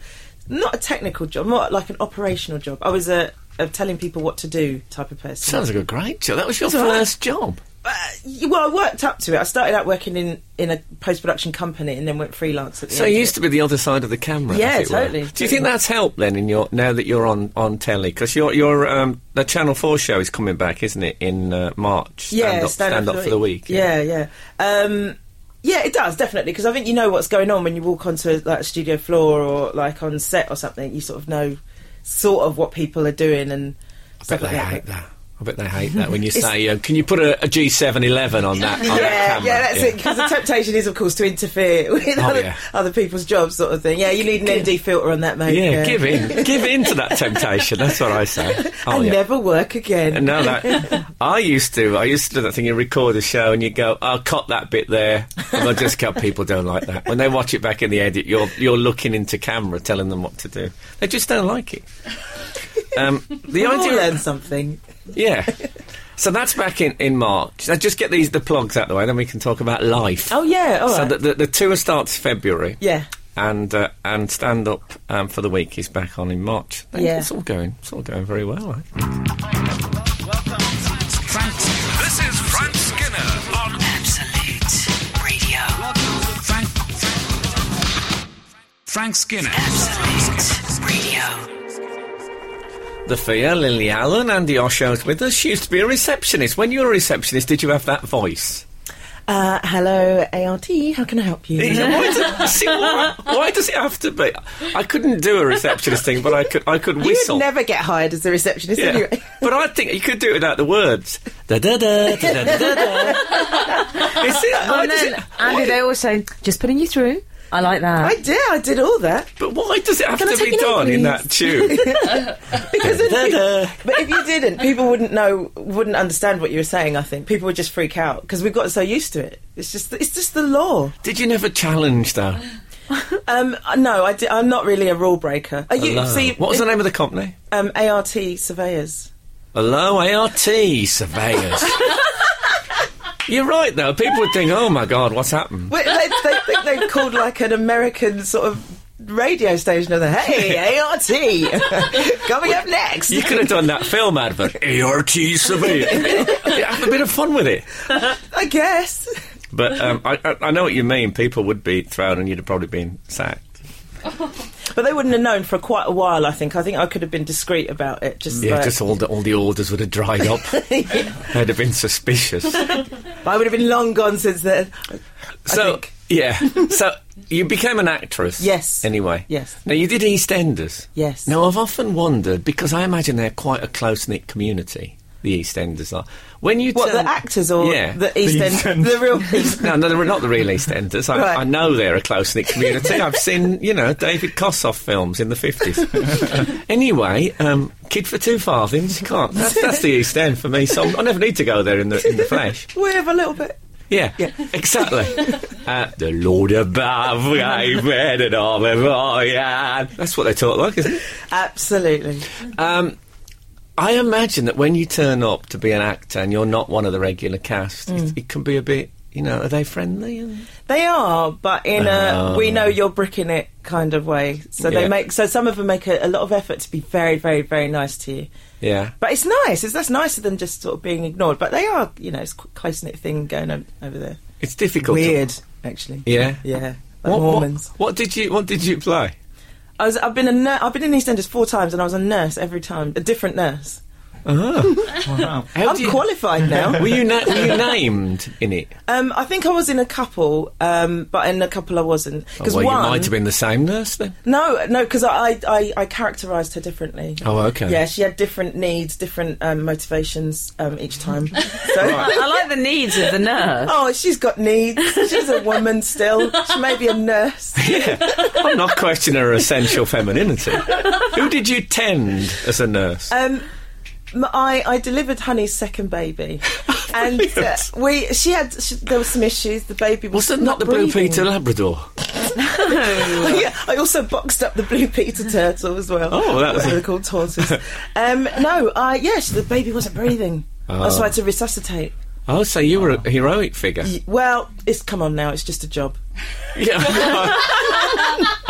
not a technical job, more like an operational job. I was a, a telling people what to do type of person. Sounds like a great job. That was your all right. first job. Uh, y- well, I worked up to it. I started out working in, in a post production company and then went freelance at the So end. you of used to be the other side of the camera. Yeah, as it were. totally, Do you totally. think that's helped then? In your now that you're on on telly, because your your um, the Channel Four show is coming back, isn't it? In uh, March. yeah, stand up, stand up for the week. Yeah, yeah. Um, yeah, it does definitely because I think you know what's going on when you walk onto like a studio floor or like on set or something. You sort of know sort of what people are doing and I stuff bet like they that. hate that. I bet they hate that when you say, uh, "Can you put a, a G711 on that?" on that yeah, camera? yeah, that's it. Because the temptation is, of course, to interfere with Oh, other, yeah. other people's jobs, sort of thing. Yeah, you need an ND filter on that, mate. Yeah, give in, give in to that temptation. That's what I say. Oh, and yeah. never work again. And now that I used to, I used to do that thing. You record a show and you go, "I'll cut that bit there," and I just cut people don't like that. When they watch it back in the edit, you're you're looking into camera, telling them what to do. They just don't like it. Um, the you idea, learn something. yeah. So that's back in in March. Now just get these the plugs out of the way, then we can talk about life. Oh yeah, all right. so the, the the tour starts February. yeah, And uh, and stand up um, for the week is back on in March. Thank you. Yeah. It's all going, it's all going very well. eh? This is Frank Skinner on Absolute Radio. Frank. Frank Skinner. Absolute Radio. The fear, Lily Allen, Andy Osho's with us. She used to be a receptionist. When you were a receptionist, did you have that voice? Uh, hello, ART. How can I help you? why, does, see, why, why does it have to be? I couldn't do a receptionist thing, but I could. I could whistle. You'd never get hired as a receptionist Yeah. anyway. but I think you could do it without the words. Da da da da da da. da. Is it? Why Oh, And does then, it? Andy, they always say, just putting you through. I like that. I did. I did all that But why does it have Can I to take be it out, done in please? that tune? because. then Da, people- da. But if you didn't, people wouldn't know, wouldn't understand what you were saying. I think people would just freak out because we've gotten so used to it. It's just, it's just the law. Did you never challenge though? Um, uh, no, I di- I'm not really a rule breaker. Are you? Hello. See, what was the name of the company? Um, ART surveyors. Hello, ART surveyors. You're right, though. People would think, "Oh my God, what's happened?" Wait, they, they think they've called like an American sort of radio station or the hey ART coming up next. You could have done that film advert. ART surveyors. have a bit of fun with it. I guess. But um, I, I, I know what you mean. People would be thrown, and you'd have probably been sacked. But they wouldn't have known for quite a while. I think. I think I could have been discreet about it. Just Yeah, like, just all the, all the orders would have dried up. They'd have been suspicious. I would have been long gone since then. So think. yeah, so you became an actress. Yes. Anyway. Yes. Now you did EastEnders. Yes. Now I've often wondered because I imagine they're quite a close knit community. The EastEnders are. When you What turn- the actors or yeah. the East End, the real No, no, they're not the real EastEnders. I, Right. I know they're a close knit community. I've seen, you know, David Kossoff films in the 50s. anyway, um, Kid for Two Farthings, you can't. That's, that's the East End for me, so I never need to go there in the, in the flesh. We have a little bit. Yeah, exactly. uh, the Lord above, I read it all before, yeah. That's what they talk like, isn't it? Absolutely. Um, I imagine that when you turn up to be an actor and you're not one of the regular cast, Mm. it, it can be a bit, you know, are they friendly? And, They are, but in a Oh. we know you're bricking it kind of way. So Yeah. they make so some of them make a, a lot of effort to be very, very, very nice to you. yeah. But it's nice. It's that's nicer than just sort of being ignored. But they are, you know, it's close knit thing going on over there. It's difficult. to- Weird, actually. Yeah. Yeah. Like What, what, Mormons. what did you What did you play? I was, I've been a ner- I've been in EastEnders four times, and I was a nurse every time, a different nurse. Wow. How I'm do you- qualified now. Were you na- Were you named in it? Oh, Um, I think I was in a couple, um, but in a couple I wasn't because Oh, well, one. you might have been the same nurse then. No, no, because I, I, I characterised her differently. Oh, okay. Yeah, she had different needs, different um, motivations um, each time. So, I like the needs of the nurse. oh, she's got needs. She's a woman still. She may be a nurse. I'm not questioning her essential femininity. Who did you tend as a nurse? Uh, Oh, Um, m- I, I delivered Honey's second baby, and uh, we she had she, there were some issues. The baby Was was that not the Blue breathing. Peter Labrador? yeah, I also boxed up the blue Peter turtle as well. Oh, that was What a- they're called tortoise. um, no, I yes, the baby wasn't breathing. That's why I had to resuscitate. Oh, so you were a heroic figure. Y- Well, it's come on now. It's just a job. Yeah.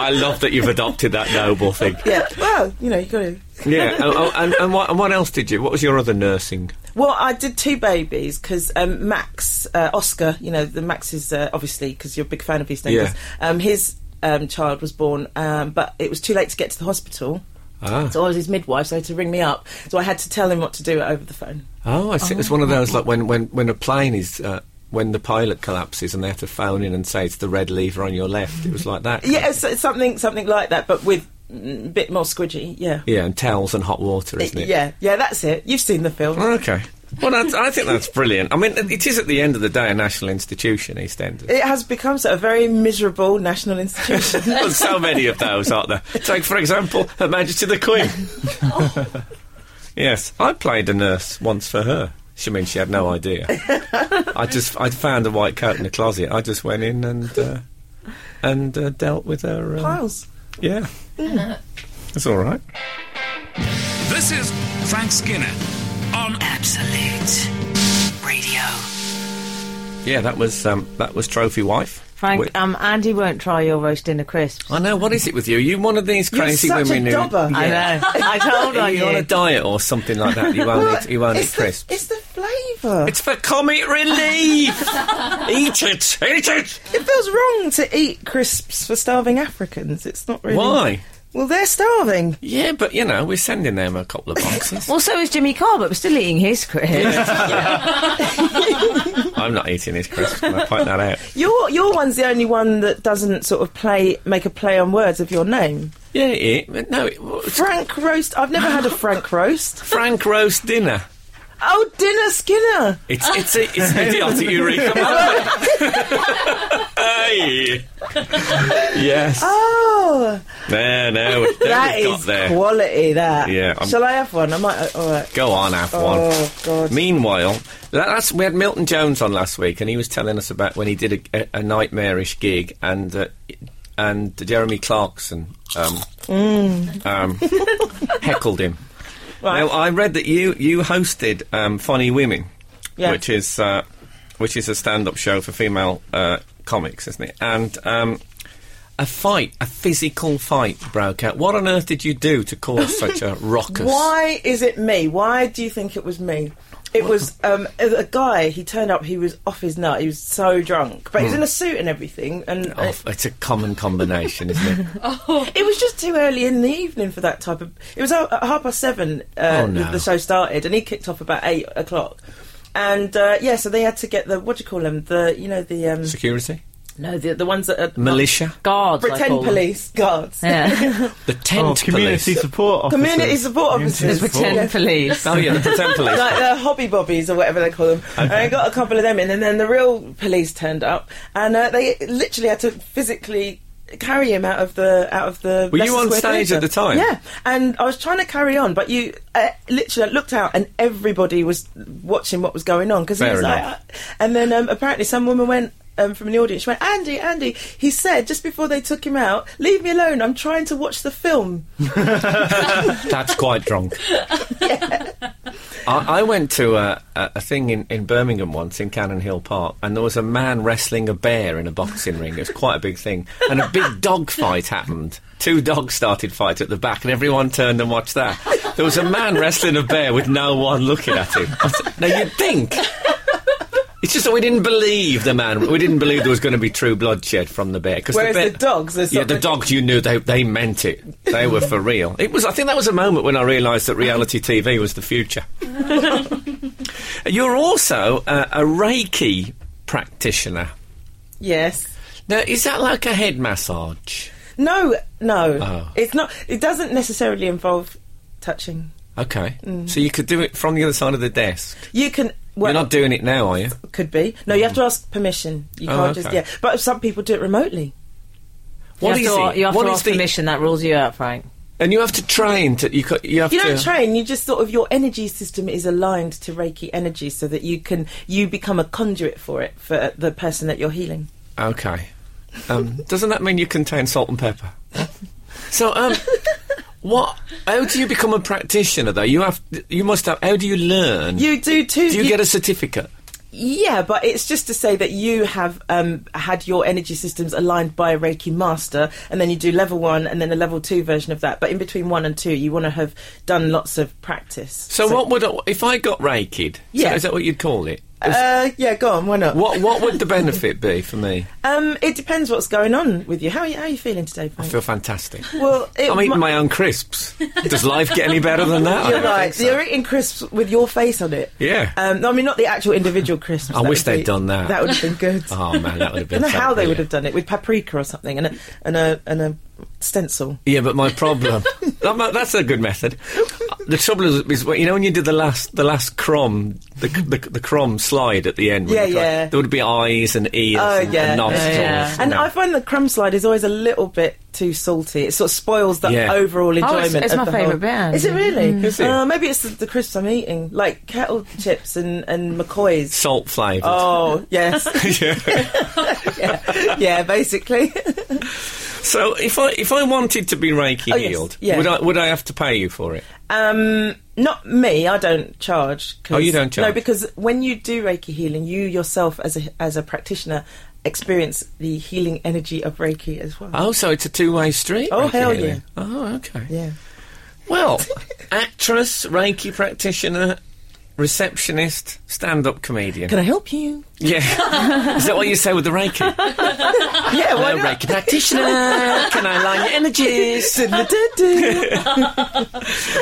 I love that you've adopted that noble thing. Yeah. Well, you know, you got to. Yeah. oh, oh, and, and, what, and what else did you? What was your other nursing? Well, I did two babies because um, Max, uh, Oscar, you know, the Max is uh, obviously because you're a big fan of EastEnders. Yeah. Um, his um, child was born, um, but it was too late to get to the hospital. Ah. So I was his midwife, so he had to ring me up. So I had to tell him what to do over the phone. Oh, I see. It's one of those like when when when a plane is. Uh, when the pilot collapses and they have to phone in and say it's the red lever on your left, it was like that. Yeah, it's, it's something something like that, but with mm, a bit more squidgy. Yeah. Yeah, and towels and hot water, isn't it? Yeah, yeah, that's it. You've seen the film. Okay. Well, that's, I think that's brilliant. I mean, it is at the end of the day a national institution, EastEnders. It has become sort of a very miserable national institution. There's so many of those, aren't there? Take, for example, Her Majesty the Queen. yes, I played a nurse once for her. She means she had no idea. I just I found a white coat in the closet. I just went in and uh, and uh, dealt with her. um, Miles. yeah, Mm. it's all right. This is Frank Skinner on Absolute Radio. Yeah, that was um, that was Trophy Wife. Frank, Wi- um, Andy won't try your roast dinner crisps. I know. What is it with you? Are you one of these You're crazy such women a who? dobber. I know. I told Are on you on a you. diet or something like that? You won't eat, you won't eat it's, the, crisps. it's the flavour. It's for comic relief. eat it, eat it. It feels wrong to eat crisps for starving Africans. It's not really. Why? Well, they're starving. Yeah, but you know we're sending them a couple of boxes. Well, so is Jimmy Carr, but we're still eating his crisps. I'm not eating this crisp. Can I point that out? Your your one's the only one that doesn't sort of play make a play on words of your name. Yeah, it, but no, it, well, it's Frank roast. I've never had a Frank roast. Frank roast dinner. Oh, dinner Skinner. It's it's a, it's an idiotic eureka moment. hey. Yes. Oh, There, there. we- there that we've got is there. quality. That. Yeah, I'm- Shall I have one? I might. uh, All right. Go on, have one. Oh God. Meanwhile, that- that's, we had Milton Jones on last week, and he was telling us about when he did a, a, a nightmarish gig, and uh, and Jeremy Clarkson um, um, heckled him. Now, I read that you you hosted um, Funny Women, Yeah. which is uh, which is a stand up show for female uh, comics, isn't it? And um, a fight, a physical fight broke out. What on earth did you do to cause such a ruckus? Why is it me? Why do you think it was me? It was um, a a guy. He turned up. He was off his nut. He was so drunk, but he was in a suit and everything. And Hmm. uh, Oh, it's a common combination, isn't it? It was just too early in the evening for that type of. It was at half past seven. Uh, Oh, no. The show started, and he kicked off about eight o'clock. And uh, yeah, so they had to get the what do you call them? The you know the um, Security? no the the ones that are Militia? Guards. I pretend call them. police guards, Yeah. The Oh, tent community police? support officers. community support officers, There's pretend police. oh, yeah, the pretend police. like the hobby bobbies or whatever they call them. And I got a couple of them in, and then the real police turned up, and uh, they literally had to physically carry him out of the out of the. Were you Leicester on Square stage at Theatre. the time? Yeah, and I was trying to carry on, but you uh, literally I looked out, and everybody was watching what was going on because he Fair was like, enough. uh, and then um, apparently some woman went. Um, from the audience, she went, Andy, Andy. He said just before they took him out, "Leave me alone. I'm trying to watch the film." That's quite drunk. I, I went to a, a, a thing in, in Birmingham once in Cannon Hill Park, and there was a man wrestling a bear in a boxing ring. It was quite a big thing, and a big dog fight happened. Two dogs started fight at the back, and everyone turned and watched that. There was a man wrestling a bear with no one looking at him. I said, now you'd think. It's just that we didn't believe the man. We didn't believe there was going to be true bloodshed from the bear. 'cause Whereas bear- the dogs, there's yeah, the something- dogs you knew they they meant it. They were for real. It was. I think that was a moment when I realised that reality TV was the future. You're also uh, a Reiki practitioner. Yes. Now, is that like a head massage? No, no. Oh. It's not. It doesn't necessarily involve touching. Okay, Mm. so you could do it from the other side of the desk. You can. Well, You're not doing it now, are you? could be. No, you have to ask permission. You Oh, can't just. okay. Yeah, but some people do it remotely. You What have is to, it? You have What to is ask the- permission. That rules you out, Frank. And you have to train to you. co- You have You to. don't train. You just sort of your energy system is aligned to Reiki energy, so that you can you become a conduit for it for the person that you're healing. Okay. Um, doesn't that mean you contain salt and pepper? so, um, what? How do you become a practitioner though? You have. You must have. How do you learn? You do too. do you, get a certificate? Yeah, but it's just to say that you have um, had your energy systems aligned by a Reiki master, and then you do level one and then a level two version of that. But in between one and two, you want to have done lots of practice. So, what would I, if I got reikied? so Yeah. is that what you'd call it? Uh, yeah, go on. Why not? What What would the benefit be for me? Um, it depends what's going on with you. How are you, how are you feeling today? I Frank? feel fantastic. well, it I'm eating mi- my own crisps. Does life get any better than that? I You're don't think right. so. You're eating crisps with your face on it. Yeah. Um, no, I mean, not the actual individual crisps. I That wish would they'd be- done that. That would have been good. Oh man, that would have I been. don't know how they fabulous. would have done it with paprika or something and a and a and a stencil. Yeah, but my problem. That mu- that's a good method. The trouble is, is when- you know, when you did the last, the last crumb, the the, the crumb slide at the end. when Yeah, you tried- yeah. There would be eyes and ears Oh, and, yeah. and nostrils. Yeah, yeah. And no. I find the crumb slide is always a little bit too salty. It sort of spoils the Yeah. overall enjoyment. Oh, it's of my the favourite whole- band. Mm. Is it really? Is it? Uh, maybe it's the, the crisps I'm eating, like kettle chips and and McCoy's. salt flavored. Oh yes, yeah, yeah, basically. So if I if I wanted to be Reiki Oh, yes, healed, yeah. would I would I have to pay you for it? Um, not me. I don't charge. 'cause- Oh, you don't No, charge? because when you do Reiki healing, you yourself as a as a practitioner experience the healing energy of Reiki as well. Oh, so it's a two way street. Oh, Reiki hell healing. yeah. Oh okay. Yeah. Well, actress, Reiki practitioner, receptionist, stand up comedian. Can I help you? Yeah. Is that what you say with the Reiki? Yeah. Why Hello, not? Reiki practitioner. Can I align your energies? Du-du-du.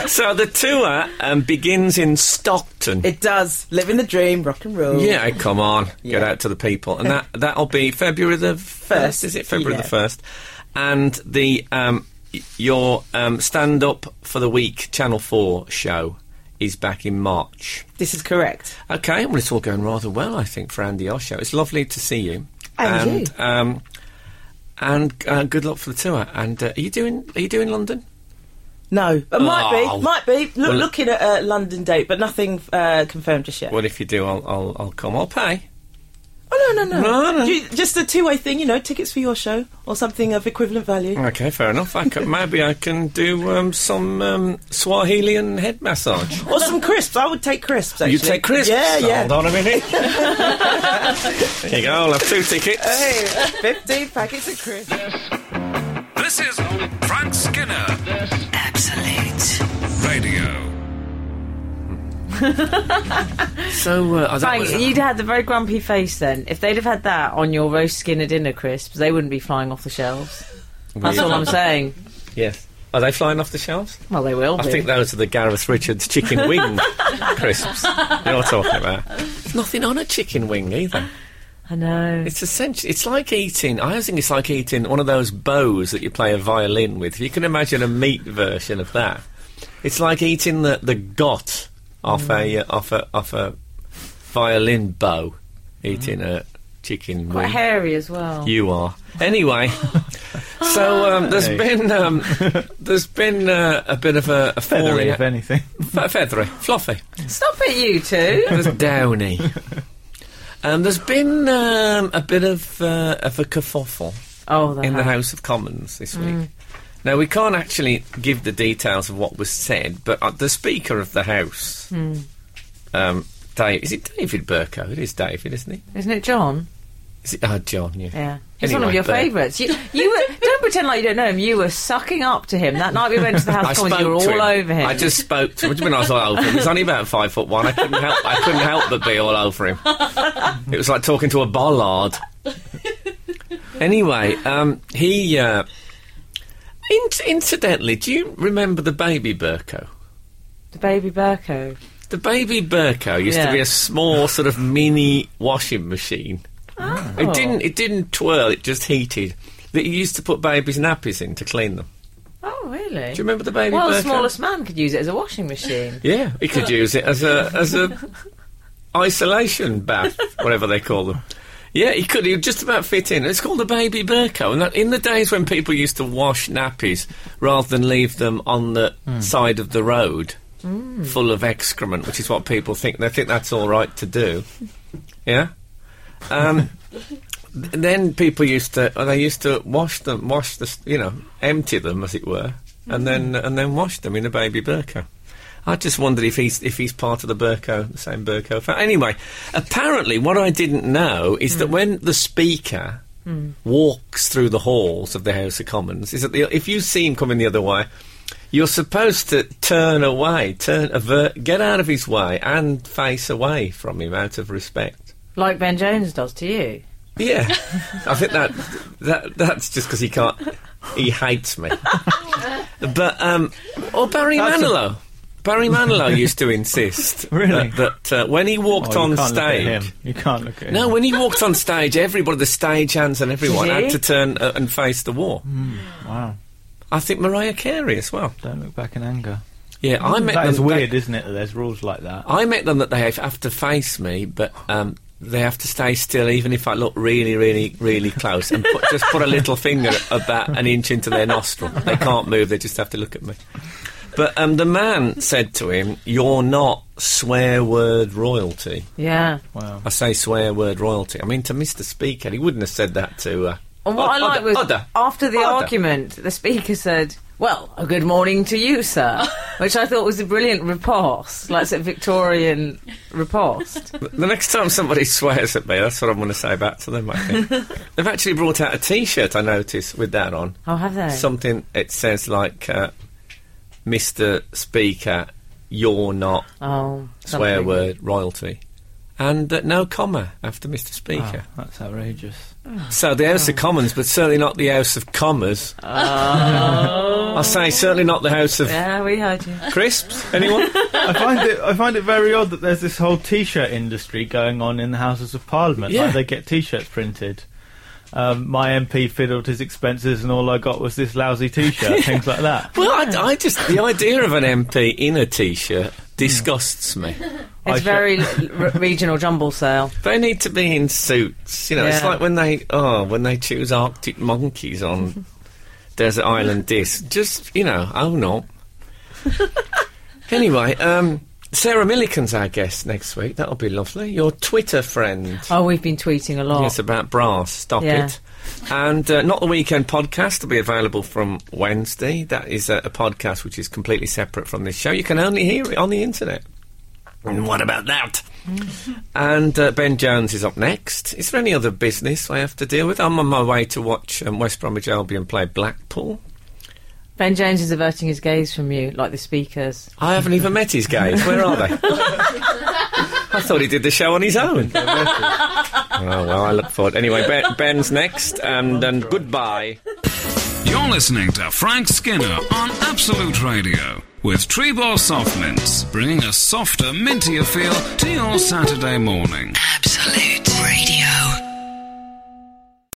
so the tour um, begins in Stockton. it does. Living the dream, rock and roll. yeah, come on, get Yeah. out to the people, and that that'll be February the first. Is it February the Yeah. first? And the um, y- your um, stand up for the week Channel Four show is back in March. This is correct. Okay, well, it's all going rather well, I think, for Andy Osho. It's lovely to see you. And you. Um, and uh, good luck for the tour. And uh, are you doing? Are you doing London? No, it might Oh. be, might be. Look, Well- looking at a London date, but nothing uh, confirmed just yet. Well, if you do, I'll I'll, I'll come. I'll pay. Oh no, no, no, No, no. You- just a two-way thing, you know, tickets for your show or something of equivalent value. Okay, fair enough. I can, maybe I can do um, some um, Swahilian head massage. or some crisps. I would take crisps. Actually. You take crisps. Yeah, yeah. Hold on a minute. there you go. I'll have two tickets. Hey, fifteen packets of crisps. This is Frank Skinner Absolute Radio. So uh, that Frank, was- you'd had the very grumpy face then. If they'd have had that on your roast skinner dinner crisps, they wouldn't be flying off the shelves. That's all I'm saying. yes. Are they flying off the shelves? Well, they will. I be. think those are the Gareth Richards chicken wing crisps you're talking about. There's nothing on a chicken wing either. I know. It's essentially, it's like eating, I think it's like eating one of those bows that you play a violin with. If you can imagine a meat version of that, it's like eating the, the gut off, Mm. a, uh, off, a, off a violin bow, eating a chicken Mm. Quite wing. hairy as well. You are. Anyway, so um, there's been um, there's been uh, a bit of a, a Feathery, falling- if anything. Oh, Fe- feathery, fluffy. Stop it, you two. There's downy. Um, there's been um, a bit of uh, of a kerfuffle Oh, they in the have. House of Commons this Mm. week. Now we can't actually give the details of what was said, but uh, the Speaker of the House, Hmm. um, Dave, is it David Burko? It is David, isn't he? Isn't it John? Is it? Oh, John. Yeah. Yeah. He's one Anyway, of your but- favourites. You, you were, don't pretend like you don't know him. You were sucking up to him that night we went to the House I of Commons. You spoke were all to him. over him. I just spoke to him. What do you mean I was all over him? He's only about five foot one. I couldn't help. I couldn't help but be all over him. It was like talking to a bollard. Anyway, um, he. Uh, in- incidentally, do you remember the baby Burko? the baby Burko. The baby Burko used to Yeah. be a small sort of mini washing machine. Oh. It didn't. It didn't twirl. It just heated. That you used to put babies' nappies in to clean them. Oh, really? Do you remember the baby well, the Burko? smallest man could use it as a washing machine. Yeah, he could use it as a as a isolation bath, whatever they call them. Yeah, he could. He would just about fit in. It's called a baby burko. And that, in the days when people used to wash nappies rather than leave them on the side of the road full of excrement, which is what people think, they think that's all right to do. Yeah? Um, th- then people used to, uh, they used to wash them, wash the, s- you know, empty them, as it were, and then and then wash them in a baby burko. I just wondered if he's if he's part of the Burko, the same Burko. fa- Anyway, apparently, what I didn't know is that when the Speaker walks through the halls of the House of Commons, is that the, if you see him coming the other way, you're supposed to turn away, turn avert, get out of his way, and face away from him out of respect. Like Ben Jones does to you. Yeah, I think that that that's just because he can't. He hates me. but um, or Barry Manilow. Barry Manilow used to insist Really? that, that uh, when he walked Oh, you on can't look at stage. him. You can't look at him. No, when he walked on stage, everybody, the stagehands and everyone, Did he? had to turn uh, and face the wall. Hmm. Wow. I think Mariah Carey as well. Don't look back in anger. Yeah, I met That them. Oh, is they- weird, isn't it? That there's rules like that. I met them that they have- have to face me, but um, they have to stay still, even if I look really, really, really close, and put, just put a little finger about an inch into their nostril. They can't move; they just have to look at me. But um, the man said to him, "You're not swear word royalty." Yeah. Wow. I say swear word royalty. I mean to Mr. Speaker, he wouldn't have said that to. Uh, And what I Od- like was Odder. after the Odder. argument, the speaker said, "Well, a good morning to you, sir," which I thought was a brilliant riposte, like sort of Victorian riposte. The next time somebody swears at me, that's what I'm going to say back to them. I think. They've actually brought out a T-shirt I noticed with that on. Oh, have they? something it says like uh, mr speaker you're not oh, swear something. word royalty and uh, no comma after mr speaker Oh. That's outrageous. so the house of commons but certainly not the house of commas i say certainly not the house of Oh. Yeah, we heard you. crisps anyone I find it. I find it very odd that there's this whole T-shirt industry going on in the Houses of Parliament. Yeah. Like they get T-shirts printed. Um, my MP fiddled his expenses, and all I got was this lousy T-shirt. things like that. well I, I just the idea of an mp in a t-shirt disgusts me It's shall- very r- regional jumble sale. They need to be in suits. You know, it's Yeah. like when they oh when they choose Arctic monkeys on Desert Island Disc. Just you know, own up. anyway, um, Sarah Milliken's our guest next week. That'll be lovely. Your Twitter friend. Oh, we've been tweeting a lot. It's about brass. Stop Yeah. it. And uh, not the weekend podcast will be available from Wednesday. That is a, a podcast which is completely separate from this show. You can only hear it on the internet. And what about that? and uh, Ben Jones is up next. Is there any other business I have to deal with? I'm on my way to watch um, West Bromwich Albion play Blackpool. Ben Jones is averting his gaze from you, like the speakers. I haven't even met his guys. Where are they? I thought he did the show on his own. oh well, I look forward. Anyway, ben, Ben's next, and, and goodbye. You're listening to Frank Skinner on Absolute Radio with Treebor Soft Mints, bringing a softer, mintier feel to your Saturday morning. Absolute.